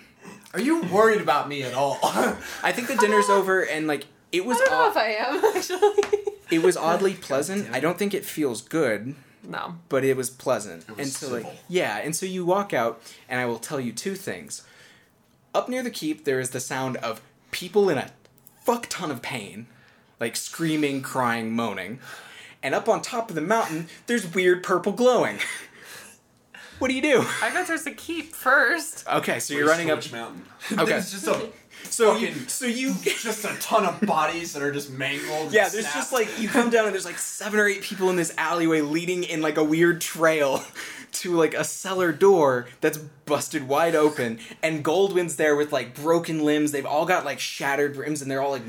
[SPEAKER 3] Are you worried about me at all?
[SPEAKER 1] I think the dinner's over, and like it was.
[SPEAKER 4] I don't know
[SPEAKER 1] aw-
[SPEAKER 4] if I am, actually.
[SPEAKER 1] it was oddly pleasant.
[SPEAKER 3] damn it.
[SPEAKER 1] I don't think it feels good,
[SPEAKER 4] no.
[SPEAKER 1] but it was pleasant.
[SPEAKER 2] It was
[SPEAKER 1] and so like
[SPEAKER 2] civil.
[SPEAKER 1] yeah, and so you walk out and I will tell you two things. Up near the keep there is the sound of people in a fuck ton of pain, like screaming, crying, moaning. And up on top of the mountain, there's weird purple glowing. what do you do?
[SPEAKER 4] I got there's a keep first.
[SPEAKER 1] Okay, so you're running up.
[SPEAKER 2] Storage Mountain.
[SPEAKER 1] Okay,
[SPEAKER 3] There's just a
[SPEAKER 1] so you,
[SPEAKER 3] fucking-
[SPEAKER 1] so you
[SPEAKER 3] just a ton of bodies that are just mangled.
[SPEAKER 1] Yeah,
[SPEAKER 3] and
[SPEAKER 1] there's
[SPEAKER 3] snapped.
[SPEAKER 1] just like you come down and there's like seven or eight people in this alleyway leading in like a weird trail to like a cellar door that's busted wide open, and Goldwyn's there with like broken limbs. They've all got like shattered limbs, and they're all like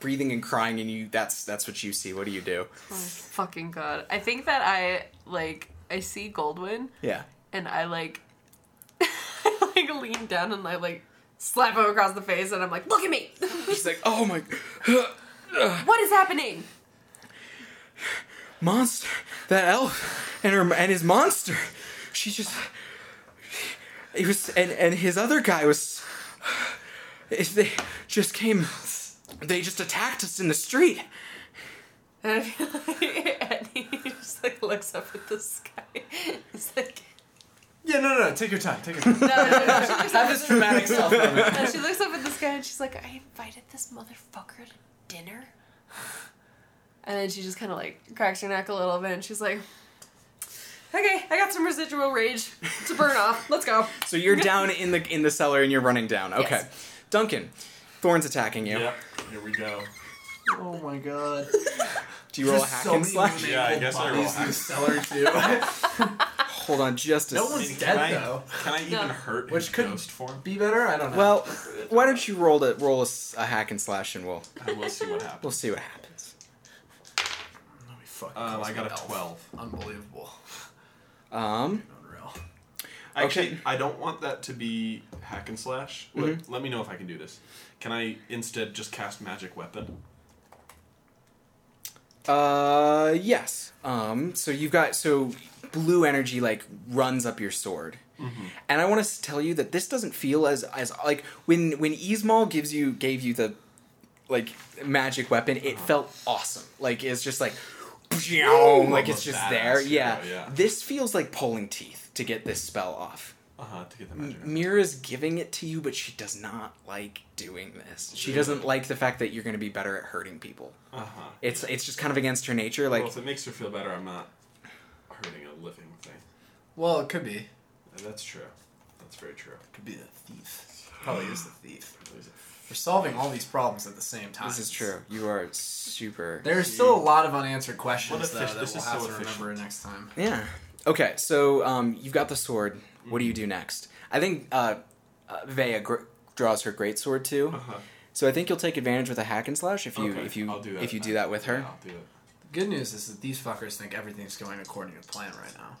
[SPEAKER 1] breathing and crying. And you, that's that's what you see. What do you do?
[SPEAKER 4] Oh, fucking god. I think that I, like, I see Goldwyn
[SPEAKER 1] Yeah.
[SPEAKER 4] and I, like, I, like, lean down and I, like, slap him across the face and I'm like, look at me!
[SPEAKER 1] He's like, oh my,
[SPEAKER 4] What is happening?
[SPEAKER 1] monster! That elf and her and his monster. She just. It was and and his other guy was. If they just came, they just attacked us in the street.
[SPEAKER 4] And I feel like Eddie just like looks up at the sky. It's like
[SPEAKER 2] Yeah, no, no, no. Take your time. Take your time.
[SPEAKER 4] no, no, no. no. She, looks
[SPEAKER 3] have
[SPEAKER 4] up,
[SPEAKER 3] this dramatic self moment.
[SPEAKER 4] no, she looks up at the sky and she's like, "I invited this motherfucker to dinner." And then she just kind of like cracks her neck a little bit, and she's like, "Okay, I got some residual rage to burn off. Let's go."
[SPEAKER 1] So you're down in the in the cellar and you're running down. Okay.
[SPEAKER 4] Yes.
[SPEAKER 1] Duncan, Thorn's attacking you.
[SPEAKER 2] Yep. Here we go.
[SPEAKER 3] Oh my god.
[SPEAKER 1] Do you roll a hack and slash?
[SPEAKER 2] Yeah, I guess I roll
[SPEAKER 3] bodies in the cellar too.
[SPEAKER 1] Hold on just a
[SPEAKER 3] No
[SPEAKER 1] sec.
[SPEAKER 3] one's-
[SPEAKER 2] Can
[SPEAKER 3] dead,
[SPEAKER 2] I,
[SPEAKER 3] though.
[SPEAKER 2] Can I even
[SPEAKER 4] No.
[SPEAKER 2] hurt
[SPEAKER 3] Which
[SPEAKER 2] his
[SPEAKER 3] could-
[SPEAKER 2] ghost form?
[SPEAKER 3] Be better? I don't know.
[SPEAKER 1] Well, why don't you roll a roll a, s- a hack and slash and we'll
[SPEAKER 2] And we'll see what
[SPEAKER 1] we'll
[SPEAKER 2] happens.
[SPEAKER 1] see what happens.
[SPEAKER 3] Nobody fucking
[SPEAKER 1] uh,
[SPEAKER 2] Um,
[SPEAKER 3] calls
[SPEAKER 2] I
[SPEAKER 3] me
[SPEAKER 2] got a
[SPEAKER 3] elf.
[SPEAKER 2] 12.
[SPEAKER 3] Unbelievable.
[SPEAKER 1] Um
[SPEAKER 3] Unreal.
[SPEAKER 2] Actually,
[SPEAKER 1] Okay. Mm-hmm.
[SPEAKER 2] I don't want that to be hack and slash. Let, let me know if I can do this. Can I instead just cast magic weapon?
[SPEAKER 1] uh yes. Um so you've got so blue energy like runs up your sword.
[SPEAKER 2] Mm-hmm.
[SPEAKER 1] And I want to tell you that this doesn't feel as as like when when Yzmal gives you gave you the like magic weapon, it
[SPEAKER 2] Uh-huh.
[SPEAKER 1] felt awesome. Like it's just like like it's
[SPEAKER 2] Almost
[SPEAKER 1] just
[SPEAKER 2] badass,
[SPEAKER 1] there.
[SPEAKER 2] you
[SPEAKER 1] Yeah.
[SPEAKER 2] know, yeah.
[SPEAKER 1] This feels like pulling teeth to get this spell off.
[SPEAKER 2] Uh huh. To get the magic. weapon.
[SPEAKER 1] Mira's giving it to you, but she does not like doing this. She doesn't like the fact that you're going to be better at hurting people.
[SPEAKER 2] Uh huh.
[SPEAKER 1] It's it's just kind of against her nature. Like
[SPEAKER 2] Well, if it makes her feel better, I'm not hurting a living thing.
[SPEAKER 3] Well, it could be.
[SPEAKER 2] That's true. That's very true.
[SPEAKER 3] Could be the thief. Probably is the thief.
[SPEAKER 2] There's a
[SPEAKER 3] We're solving all these problems at the same time.
[SPEAKER 1] this is true. You are super.
[SPEAKER 3] There's still a lot of unanswered questions
[SPEAKER 2] What
[SPEAKER 3] though,
[SPEAKER 2] effic-
[SPEAKER 3] that
[SPEAKER 2] this
[SPEAKER 3] we'll
[SPEAKER 2] is
[SPEAKER 3] have
[SPEAKER 2] so
[SPEAKER 3] to remember
[SPEAKER 2] efficient.
[SPEAKER 3] next time.
[SPEAKER 1] Yeah. Okay, so um, you've got the sword. What do you do next? I think uh, uh, Vea gr- draws her great sword too.
[SPEAKER 2] Uh-huh.
[SPEAKER 1] So I think you'll take advantage with a hack and slash if you
[SPEAKER 2] Okay,
[SPEAKER 1] if you
[SPEAKER 2] I'll do that
[SPEAKER 1] if you
[SPEAKER 2] then.
[SPEAKER 1] do that with her.
[SPEAKER 2] Yeah, I'll do it.
[SPEAKER 3] Good news is that these fuckers think everything's going according to plan right now.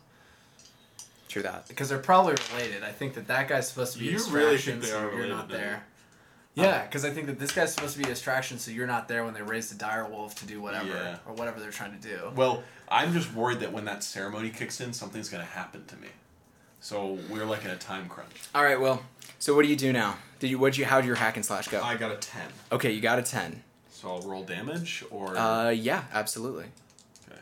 [SPEAKER 1] True that.
[SPEAKER 3] Because they're probably related. I think that that guy's supposed to be. a
[SPEAKER 2] You really
[SPEAKER 3] distraction,
[SPEAKER 2] think they
[SPEAKER 3] so
[SPEAKER 2] are
[SPEAKER 3] You're
[SPEAKER 2] related,
[SPEAKER 3] not
[SPEAKER 2] don't you?
[SPEAKER 3] there. Yeah, because I think that this guy's supposed to be a distraction, so you're not there when they raise the dire wolf to do whatever
[SPEAKER 2] Yeah.
[SPEAKER 3] or whatever they're trying to do.
[SPEAKER 2] Well, I'm just worried that when that ceremony kicks in, something's going to happen to me. So we're like in a time crunch.
[SPEAKER 1] All right, Will. So what do you do now? Did you what you how'd your hack and slash go?
[SPEAKER 2] I got a 10.
[SPEAKER 1] okay, you got a ten.
[SPEAKER 2] So I'll roll damage or.
[SPEAKER 1] Uh, yeah, absolutely.
[SPEAKER 2] okay.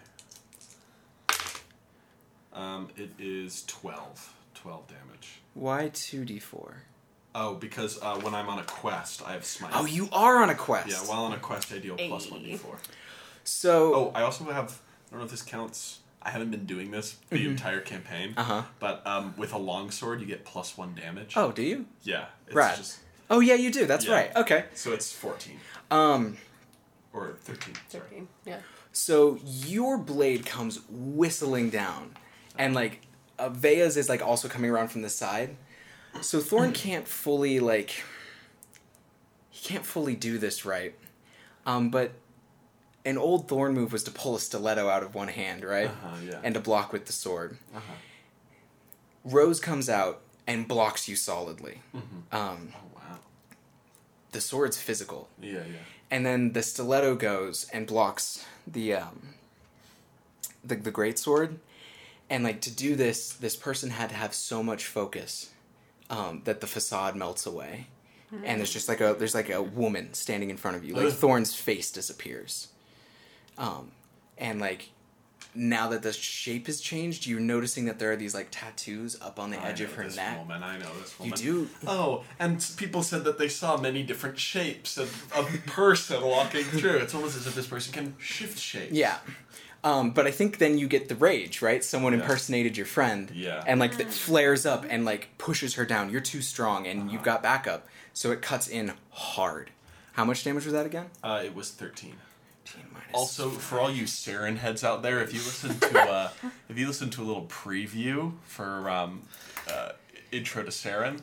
[SPEAKER 2] Um, it is 12. 12 damage.
[SPEAKER 1] Why two d four?
[SPEAKER 2] Oh, because uh, when I'm on a quest, I have smite.
[SPEAKER 1] Oh, you are on a quest.
[SPEAKER 2] Yeah, while on a quest, I deal plus one
[SPEAKER 4] Ayy.
[SPEAKER 2] d4.
[SPEAKER 1] so
[SPEAKER 2] Oh, I also have. I don't know if this counts. I haven't been doing this the entire campaign.
[SPEAKER 1] Mm-hmm. Uh-huh.
[SPEAKER 2] But um, with a longsword, you get plus one damage.
[SPEAKER 1] oh, do you?
[SPEAKER 2] Yeah. It's
[SPEAKER 1] Rad.
[SPEAKER 2] just
[SPEAKER 1] Oh yeah, you do. That's
[SPEAKER 2] Yeah.
[SPEAKER 1] right. Okay.
[SPEAKER 2] So it's 14.
[SPEAKER 1] Um,
[SPEAKER 2] Or 13. Sorry.
[SPEAKER 4] Thirteen. Yeah.
[SPEAKER 1] so your blade comes whistling down, and like uh, Vea's is like also coming around from the side. So Thorn
[SPEAKER 2] Hmm.
[SPEAKER 1] can't fully like. He can't fully do this right, um, but an old Thorn move was to pull a stiletto out of one hand, right,
[SPEAKER 2] Uh-huh, yeah.
[SPEAKER 1] and to block with the sword.
[SPEAKER 2] Uh-huh.
[SPEAKER 1] Rose comes out and blocks you solidly. Um,
[SPEAKER 2] Oh, wow.
[SPEAKER 1] the sword's physical.
[SPEAKER 2] Yeah, yeah.
[SPEAKER 1] and then the stiletto goes and blocks the um the, the great sword and like to do this this person had to have so much focus um that the facade melts away and there's just like a there's like a woman standing in front of you like
[SPEAKER 2] Ugh.
[SPEAKER 1] thorn's face disappears um and like now that the shape has changed you're noticing that there are these like tattoos up on the edge
[SPEAKER 2] I
[SPEAKER 1] of
[SPEAKER 2] know
[SPEAKER 1] her
[SPEAKER 2] this
[SPEAKER 1] neck
[SPEAKER 2] Woman. I know this
[SPEAKER 1] you
[SPEAKER 2] woman.
[SPEAKER 1] do
[SPEAKER 2] Oh, and s- people said that they saw many different shapes of a person walking through. It's almost as if this person can shift shapes.
[SPEAKER 1] Yeah. Um, but I think then you get the rage, right? Someone impersonated your friend.
[SPEAKER 2] Yeah.
[SPEAKER 1] And like that flares up and like pushes her down. You're too strong and
[SPEAKER 2] Uh-huh.
[SPEAKER 1] you've got backup. So it cuts in hard. How much damage was that again?
[SPEAKER 2] Uh, it was 13.
[SPEAKER 1] 15 minus.
[SPEAKER 2] Also, for all you Saren heads out there, if you listen to uh, if you listen to a little preview for um, uh, intro to Saren,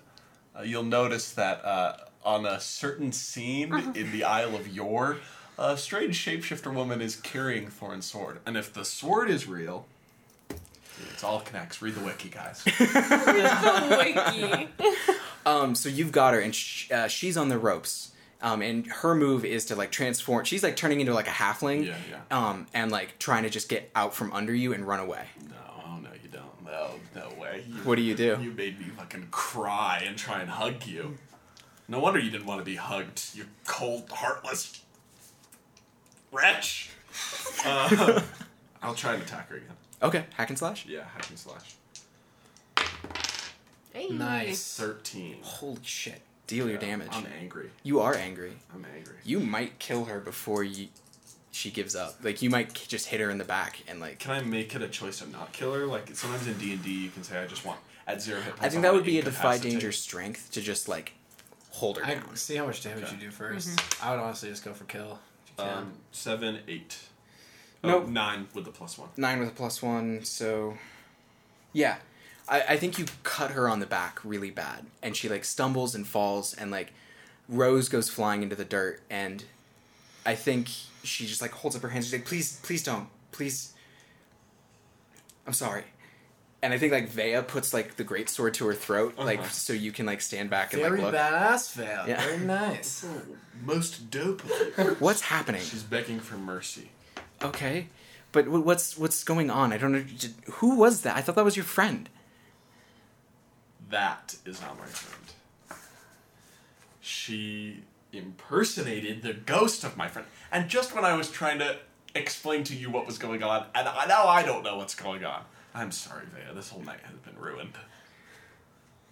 [SPEAKER 2] uh, you'll notice that uh, on a certain scene in the Isle of Yore, a strange shapeshifter woman is carrying Thorn's sword, and if the sword is real, it's all connects. Read the wiki, guys.
[SPEAKER 4] Wiki.
[SPEAKER 1] Um, so you've got her and sh- uh, she's on the ropes. Um, and her move is to like transform. She's like turning into like a halfling.
[SPEAKER 2] Yeah, yeah.
[SPEAKER 1] Um, and like trying to just get out from under you and run away.
[SPEAKER 2] No, oh, no, you don't. No, no way. You,
[SPEAKER 1] What do you do?
[SPEAKER 2] You made me fucking cry and try and hug you. No wonder you didn't want to be hugged, you cold, heartless wretch. Uh, I'll try and attack her again.
[SPEAKER 1] Okay, hack and slash.
[SPEAKER 2] Yeah, hack and slash.
[SPEAKER 4] Hey.
[SPEAKER 3] Nice.
[SPEAKER 2] 13.
[SPEAKER 1] Holy shit. Deal your damage.
[SPEAKER 2] I'm angry.
[SPEAKER 1] You are angry.
[SPEAKER 2] I'm angry.
[SPEAKER 1] you might kill her before you she gives up. Like you might k- just hit her in the back and like
[SPEAKER 2] Can I make it a choice to not kill her? Like, sometimes in D&D, you can say, I just want, at zero hit points,
[SPEAKER 1] I think
[SPEAKER 2] I
[SPEAKER 1] that
[SPEAKER 2] want
[SPEAKER 1] would be a defy
[SPEAKER 2] incapacitated.
[SPEAKER 1] danger strength to just like hold her
[SPEAKER 3] I
[SPEAKER 1] down.
[SPEAKER 3] see how much damage
[SPEAKER 2] Okay.
[SPEAKER 3] you do 1st I would honestly just go for kill. If you can.
[SPEAKER 2] Um, seven, eight.
[SPEAKER 1] Nope.
[SPEAKER 2] Oh, nine with the plus one.
[SPEAKER 1] Nine with a plus one, so yeah. I, I think you cut her on the back really bad, and she like stumbles and falls, and like Rose goes flying into the dirt, and I think she just like holds up her hands. She's like, "Please, please don't, please, I'm sorry." And I think like Vea puts like the great sword to her throat, like
[SPEAKER 2] Uh-huh.
[SPEAKER 1] so you can like stand back and
[SPEAKER 3] Very
[SPEAKER 1] like look.
[SPEAKER 3] badass, Vale.
[SPEAKER 1] Yeah.
[SPEAKER 3] Very nice.
[SPEAKER 2] Most dope of you.
[SPEAKER 1] What's happening?
[SPEAKER 2] She's begging for mercy.
[SPEAKER 1] Okay, but wh- what's what's going on? I don't know. Did- Who was that? I thought that was your friend.
[SPEAKER 2] That is not my friend. She impersonated the ghost of my friend. And just when I was trying to explain to you what was going on, and I, now I don't know what's going on. I'm sorry, Vea. This whole night has been ruined.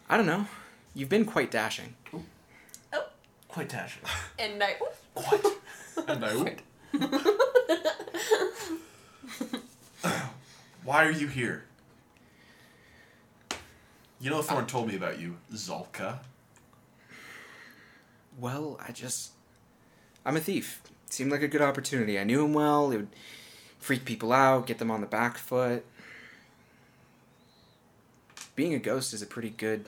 [SPEAKER 1] I don't know. You've been quite dashing.
[SPEAKER 4] Oh,
[SPEAKER 3] Quite dashing.
[SPEAKER 4] and I.
[SPEAKER 2] What? and I. Why are you here? You know, Thorn told me about you, Zolka.
[SPEAKER 1] Well, I just. I'm a thief. Seemed like a good opportunity. I knew him well. It would freak people out, get them on the back foot. Being a ghost is a pretty good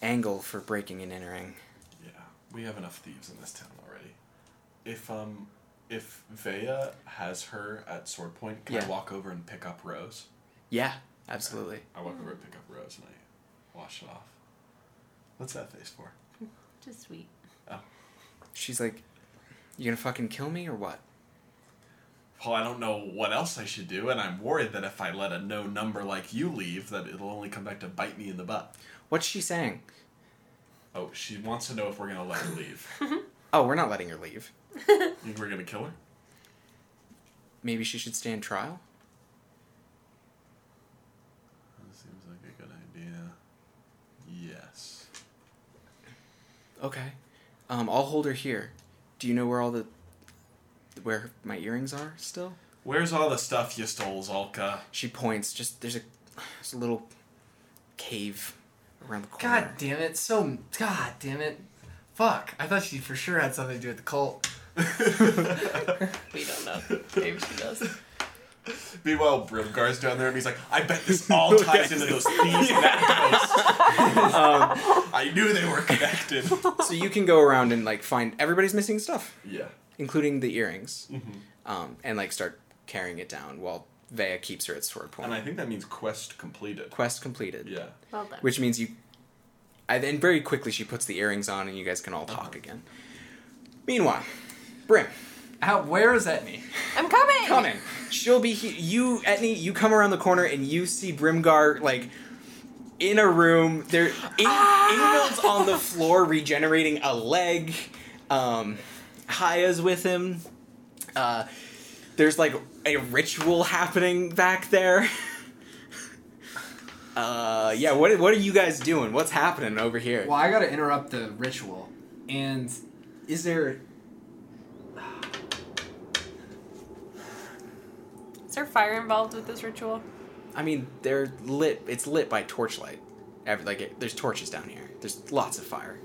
[SPEAKER 1] angle for breaking and entering.
[SPEAKER 2] Yeah, we have enough thieves in this town already. If um, if Vea has her at sword point, can
[SPEAKER 1] Yeah.
[SPEAKER 2] I walk over and pick up Rose?
[SPEAKER 1] Yeah, absolutely.
[SPEAKER 2] I walk over and pick up Rose and I wash it off. What's that face for?
[SPEAKER 4] Just sweet.
[SPEAKER 2] Oh.
[SPEAKER 1] She's like, "You gonna fucking kill me or what?"
[SPEAKER 2] Well, I don't know what else I should do, and I'm worried that if I let a no number like you leave, that it'll only come back to bite me in the butt.
[SPEAKER 1] What's she saying?
[SPEAKER 2] Oh, she wants to know if we're gonna let her leave.
[SPEAKER 1] Oh, we're not letting her leave.
[SPEAKER 2] you think we're gonna kill her?
[SPEAKER 1] Maybe she should stand trial.
[SPEAKER 2] That seems like a good idea. Yes.
[SPEAKER 1] Okay. Um, I'll hold her here. Do you know where all the where my earrings are still?
[SPEAKER 2] Where's all the stuff you stole, Zolka?
[SPEAKER 1] She points. Just there's a, there's a little cave around the corner.
[SPEAKER 3] God damn it! So god damn it! Fuck! I thought she for sure had something to do with the cult.
[SPEAKER 4] We don't know. Maybe she does.
[SPEAKER 2] Meanwhile, Brimgar's down there, and he's like, "I bet this all ties into those thieves and that ghost."
[SPEAKER 1] Um,
[SPEAKER 2] I knew they were connected.
[SPEAKER 1] so you can go around and like find everybody's missing stuff,
[SPEAKER 2] Yeah.
[SPEAKER 1] including the earrings,
[SPEAKER 2] Mm-hmm.
[SPEAKER 1] um, and like start carrying it down while Vea keeps her at sword point.
[SPEAKER 2] And I think that means quest completed.
[SPEAKER 1] Quest completed.
[SPEAKER 2] Yeah.
[SPEAKER 4] Well done.
[SPEAKER 1] Which means you. I, and very quickly she puts the earrings on, and you guys can all
[SPEAKER 2] Uh-huh.
[SPEAKER 1] talk again. Meanwhile, Brim,
[SPEAKER 3] How? Where is Etney?
[SPEAKER 4] I'm coming.
[SPEAKER 1] coming. She'll be he- you, Etney. You come around the corner and you see Brimgar like in a room. There, In- Ingvild's on the floor regenerating a leg. Um, Haya's with him. Uh, there's like a ritual happening back there. Uh, yeah, what what are you guys doing? What's happening over here?
[SPEAKER 3] Well, I gotta interrupt the ritual. And is there?
[SPEAKER 4] Is there fire involved with this ritual?
[SPEAKER 1] I mean, they're lit. It's lit by torchlight. Every, like, it, there's torches down here. There's lots of fire.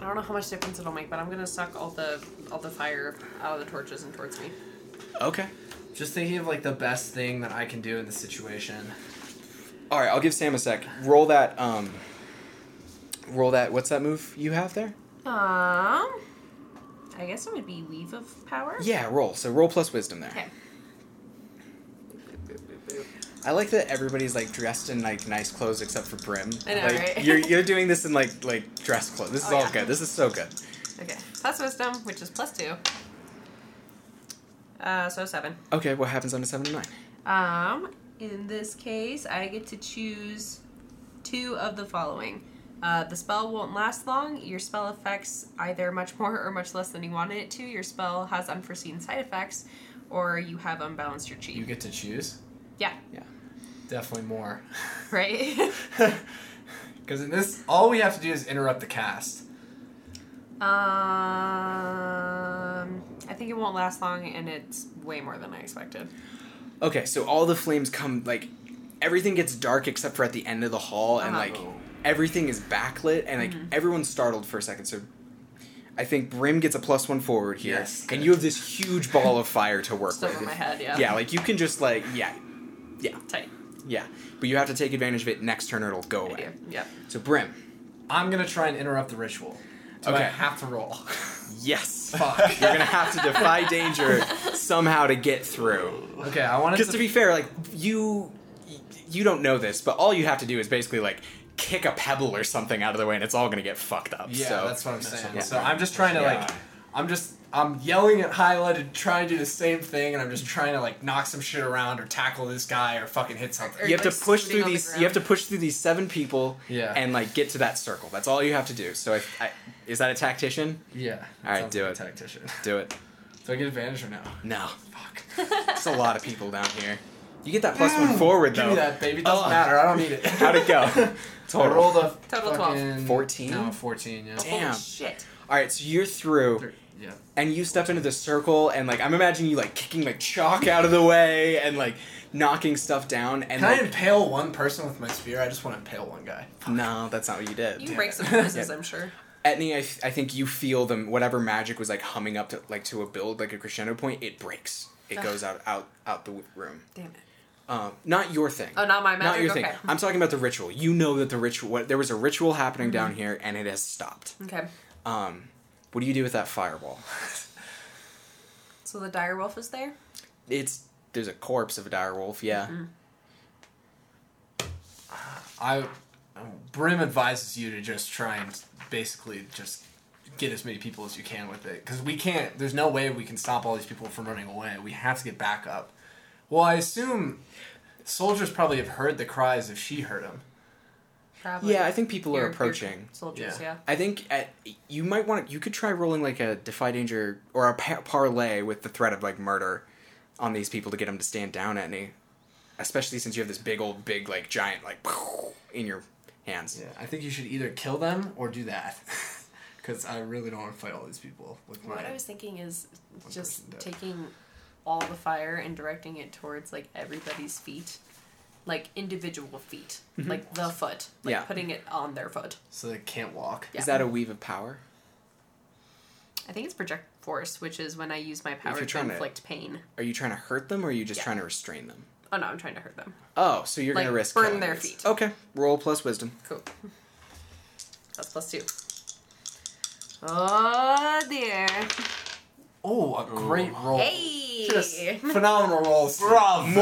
[SPEAKER 4] I don't know how much difference it'll make, but I'm gonna suck all the all the fire out of the torches and towards me.
[SPEAKER 1] Okay.
[SPEAKER 3] Just thinking of like the best thing that I can do in this situation.
[SPEAKER 1] All right, I'll give Sam a sec. Roll that. Um, roll that. What's that move you have there?
[SPEAKER 4] Um, I guess it would be weave of power.
[SPEAKER 1] Yeah, roll. So roll plus wisdom there.
[SPEAKER 4] Okay.
[SPEAKER 1] I like that everybody's like dressed in like nice clothes except for Brim.
[SPEAKER 4] I know,
[SPEAKER 1] like,
[SPEAKER 4] right?
[SPEAKER 1] You're you're doing this in like like dress clothes. This is
[SPEAKER 4] Oh,
[SPEAKER 1] all
[SPEAKER 4] yeah.
[SPEAKER 1] good. This is so good.
[SPEAKER 4] Okay. Plus wisdom, which is plus two. Uh, so seven.
[SPEAKER 1] Okay, what happens on a seven to nine?
[SPEAKER 4] Um, in this case, I get to choose two of the following. Uh, the spell won't last long. Your spell affects either much more or much less than you wanted it to. Your spell has unforeseen side effects, or you have unbalanced your chi.
[SPEAKER 3] You get to choose.
[SPEAKER 4] yeah,
[SPEAKER 1] Yeah.
[SPEAKER 3] Definitely more.
[SPEAKER 4] right.
[SPEAKER 3] Because in this, all we have to do is interrupt the cast.
[SPEAKER 4] um, I think it won't last long, and it's way more than I expected.
[SPEAKER 1] Okay, so all the flames come like everything gets dark except for at the end of the hall and
[SPEAKER 4] Uh-huh. Mm-hmm.
[SPEAKER 1] like everything is backlit and like everyone's startled for a second. So I think Brim gets a plus one forward here.
[SPEAKER 3] Yes,
[SPEAKER 1] and
[SPEAKER 3] good.
[SPEAKER 1] you have this huge ball of fire to work
[SPEAKER 4] Just
[SPEAKER 1] with.
[SPEAKER 4] over my head. Yeah.
[SPEAKER 1] Yeah, like you can just like yeah, yeah,
[SPEAKER 4] Tight.
[SPEAKER 1] yeah. But you have to take advantage of it next turn or it'll go away.
[SPEAKER 4] Idea. Yep.
[SPEAKER 1] So Brim,
[SPEAKER 3] I'm gonna try and interrupt the ritual. Do I
[SPEAKER 1] Okay.
[SPEAKER 3] have to roll?
[SPEAKER 1] yes.
[SPEAKER 3] Fuck.
[SPEAKER 1] You're gonna have to defy danger somehow to get through.
[SPEAKER 3] Okay, I wanted
[SPEAKER 1] Because to be fair, like you, you don't know this, but all you have to do is basically like kick a pebble or something out of the way, and it's all gonna get fucked up.
[SPEAKER 3] Yeah,
[SPEAKER 1] so.
[SPEAKER 3] that's what I'm saying.
[SPEAKER 1] what
[SPEAKER 3] So
[SPEAKER 2] I'm
[SPEAKER 3] I'm just trying to like,
[SPEAKER 2] Yeah.
[SPEAKER 3] I'm just I'm yelling at Hyla to try and do the same thing, and I'm just trying to like knock some shit around or tackle this guy or fucking hit something.
[SPEAKER 4] Or-
[SPEAKER 1] you have
[SPEAKER 4] like,
[SPEAKER 1] to push
[SPEAKER 4] sitting
[SPEAKER 1] through
[SPEAKER 4] on the
[SPEAKER 1] these.
[SPEAKER 4] ground.
[SPEAKER 1] you have to push through these seven people.
[SPEAKER 3] Yeah.
[SPEAKER 1] And like get to that circle. That's all you have to do. So, I, I, is that a tactician?
[SPEAKER 3] Yeah.
[SPEAKER 1] All right,
[SPEAKER 3] sounds
[SPEAKER 1] do
[SPEAKER 3] like a
[SPEAKER 1] it.
[SPEAKER 3] Tactician.
[SPEAKER 1] Do it.
[SPEAKER 3] Do I get advantage or no?
[SPEAKER 1] No,
[SPEAKER 3] Fuck.
[SPEAKER 1] it's a lot of people down here. You get that plus one forward though.
[SPEAKER 3] Give me that, baby. Doesn't
[SPEAKER 1] Oh.
[SPEAKER 3] matter. I don't need it.
[SPEAKER 1] How'd it go?
[SPEAKER 3] I
[SPEAKER 1] Total.
[SPEAKER 3] rolled a
[SPEAKER 4] Total 12.
[SPEAKER 3] fucking-
[SPEAKER 1] 14?
[SPEAKER 3] No, fourteen. Yeah.
[SPEAKER 1] Damn.
[SPEAKER 4] Holy shit.
[SPEAKER 1] All right, so you're through.
[SPEAKER 3] Yeah.
[SPEAKER 1] and you step into the circle and like I'm imagining you like kicking like chalk out of the way and like knocking stuff down and
[SPEAKER 3] Can I
[SPEAKER 1] like,
[SPEAKER 3] impale one person with my spear? I just want to impale one guy.
[SPEAKER 1] no, that's not what you did.
[SPEAKER 4] You can break some noses, I'm sure.
[SPEAKER 1] Etney, I, f- I think you feel the whatever magic was like humming up to like to a build like a crescendo point. It breaks. It
[SPEAKER 4] Ugh.
[SPEAKER 1] goes out out out the w- room.
[SPEAKER 4] Damn it.
[SPEAKER 1] Um, not your thing.
[SPEAKER 4] Oh, not my
[SPEAKER 1] Not
[SPEAKER 4] magic?
[SPEAKER 1] your thing.
[SPEAKER 4] Okay.
[SPEAKER 1] I'm talking about the ritual. You know that the ritual. What, there was a ritual happening
[SPEAKER 4] Mm-hmm.
[SPEAKER 1] down here, and it has stopped.
[SPEAKER 4] Okay.
[SPEAKER 1] Um, what do you do with that fireball?
[SPEAKER 4] So the dire wolf is there.
[SPEAKER 1] It's there's
[SPEAKER 4] Mm-hmm.
[SPEAKER 1] a corpse of a dire wolf. Yeah.
[SPEAKER 3] I Brim advises you to just try and basically just get as many people as you can with it because we can't. There's no way we can stop all these people from running away. We have to get back up. Well, I assume soldiers probably have heard the cries if she heard them.
[SPEAKER 4] Probably.
[SPEAKER 1] Yeah, I think people
[SPEAKER 4] Your-
[SPEAKER 1] are
[SPEAKER 4] your
[SPEAKER 1] approaching.
[SPEAKER 4] soldiers.
[SPEAKER 3] Yeah.
[SPEAKER 4] Yeah.
[SPEAKER 1] I think at, you might want to. You could try rolling like a defy danger or a par- parlay with the threat of like murder on these people to get them to stand down at me. Especially since you have this big old, big like giant like in your hands.
[SPEAKER 3] Yeah, I think you should either kill them or do that because I really don't want to fight all these people with my.
[SPEAKER 4] What I was thinking is just
[SPEAKER 3] person dead.
[SPEAKER 4] taking all the fire and directing it towards like everybody's feet, like individual feet, like the foot, like
[SPEAKER 1] Mm-hmm. Yeah.
[SPEAKER 4] putting it on their foot.
[SPEAKER 3] so they can't walk.
[SPEAKER 4] Yeah.
[SPEAKER 1] Is that a weave of power?
[SPEAKER 4] I think it's project force, which is when I use my power
[SPEAKER 1] you're
[SPEAKER 4] to
[SPEAKER 1] trying to-
[SPEAKER 4] inflict pain.
[SPEAKER 1] Are you trying to hurt them or are you just
[SPEAKER 4] Yeah.
[SPEAKER 1] trying to restrain them?
[SPEAKER 4] Oh no, I'm trying to hurt them.
[SPEAKER 1] Oh, so you're
[SPEAKER 4] Like,
[SPEAKER 1] gonna risk
[SPEAKER 4] burn
[SPEAKER 1] killing
[SPEAKER 4] their
[SPEAKER 1] these.
[SPEAKER 4] feet.
[SPEAKER 1] Okay, roll plus wisdom.
[SPEAKER 4] Cool. That's plus two. Oh dear.
[SPEAKER 3] Oh, a great roll.
[SPEAKER 4] Hey.
[SPEAKER 3] Just phenomenal rolls.
[SPEAKER 2] An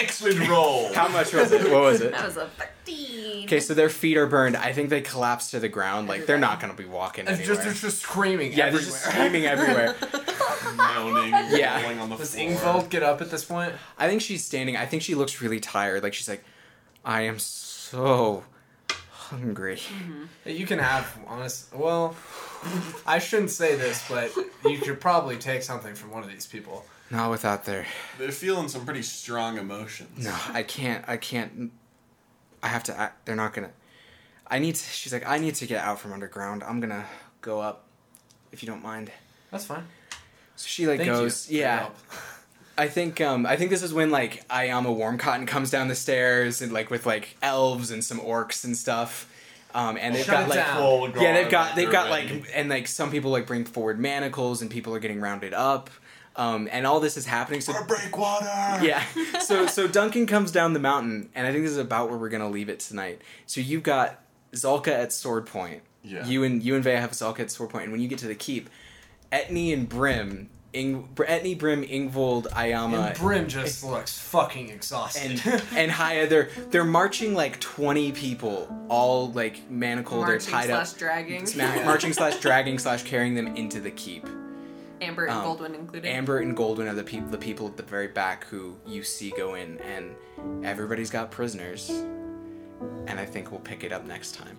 [SPEAKER 2] excellent roll.
[SPEAKER 1] How much was it? What was it?
[SPEAKER 4] That was a thirteen.
[SPEAKER 1] Okay, so their feet are burned. I think they collapse to the ground. Like they're not gonna be walking
[SPEAKER 3] It's
[SPEAKER 1] anywhere.
[SPEAKER 3] just, it's just screaming
[SPEAKER 1] yeah, they're
[SPEAKER 3] everywhere.
[SPEAKER 1] just screaming everywhere.
[SPEAKER 2] moaning,
[SPEAKER 1] Yeah.
[SPEAKER 2] rolling on the
[SPEAKER 3] Does
[SPEAKER 2] floor.
[SPEAKER 3] Ingvold get up at this point?
[SPEAKER 1] I think she's standing. I think she looks really tired. Like she's like, I am so hungry.
[SPEAKER 3] You can have honest. Well, I shouldn't say this, but you could probably take something from one of these people.
[SPEAKER 1] Not without their.
[SPEAKER 2] They're feeling some pretty strong emotions.
[SPEAKER 1] No, I can't. I can't. I have to. I, they're not gonna. I need. To, she's like, I need to get out from underground. I'm gonna go up, if you don't mind.
[SPEAKER 3] That's fine.
[SPEAKER 1] So she like
[SPEAKER 3] Thank
[SPEAKER 1] goes.
[SPEAKER 3] you. for your
[SPEAKER 1] Yeah.
[SPEAKER 3] help.
[SPEAKER 1] I think um, I think this is when like Ayama Warm Cotton comes down the stairs and like with like elves and some orcs and stuff. Um, and they've
[SPEAKER 3] Shut
[SPEAKER 1] got
[SPEAKER 3] it
[SPEAKER 1] like
[SPEAKER 3] down.
[SPEAKER 2] Full
[SPEAKER 1] yeah,
[SPEAKER 2] guard,
[SPEAKER 1] they've got they've
[SPEAKER 2] they're
[SPEAKER 1] got
[SPEAKER 2] ready.
[SPEAKER 1] like and like some people like bring forward manacles and people are getting rounded up. Um, and all this is happening. So
[SPEAKER 2] Or breakwater.
[SPEAKER 1] yeah. So so Duncan comes down the mountain, and I think this is about where we're gonna leave it tonight. So you've got Zolka at sword point.
[SPEAKER 2] Yeah.
[SPEAKER 1] You and you and Vea have Zolka at sword point, and when you get to the keep, Etni and Brim, Ing, Br- Etni, Brim, Ingvold, Ayama,
[SPEAKER 3] And Brim just looks fucking exhausted.
[SPEAKER 1] and and Haya, they're they're marching like twenty people, all like manacled,
[SPEAKER 4] Marching
[SPEAKER 1] they're tied
[SPEAKER 4] slash
[SPEAKER 1] up,
[SPEAKER 4] dragging.
[SPEAKER 1] sma- marching slash dragging slash carrying them into the keep.
[SPEAKER 4] Amber and
[SPEAKER 1] um,
[SPEAKER 4] Goldwyn included.
[SPEAKER 1] Amber and Goldwyn are the people the people at the very back who you see go in, and everybody's got prisoners. And I think we'll pick it up next time.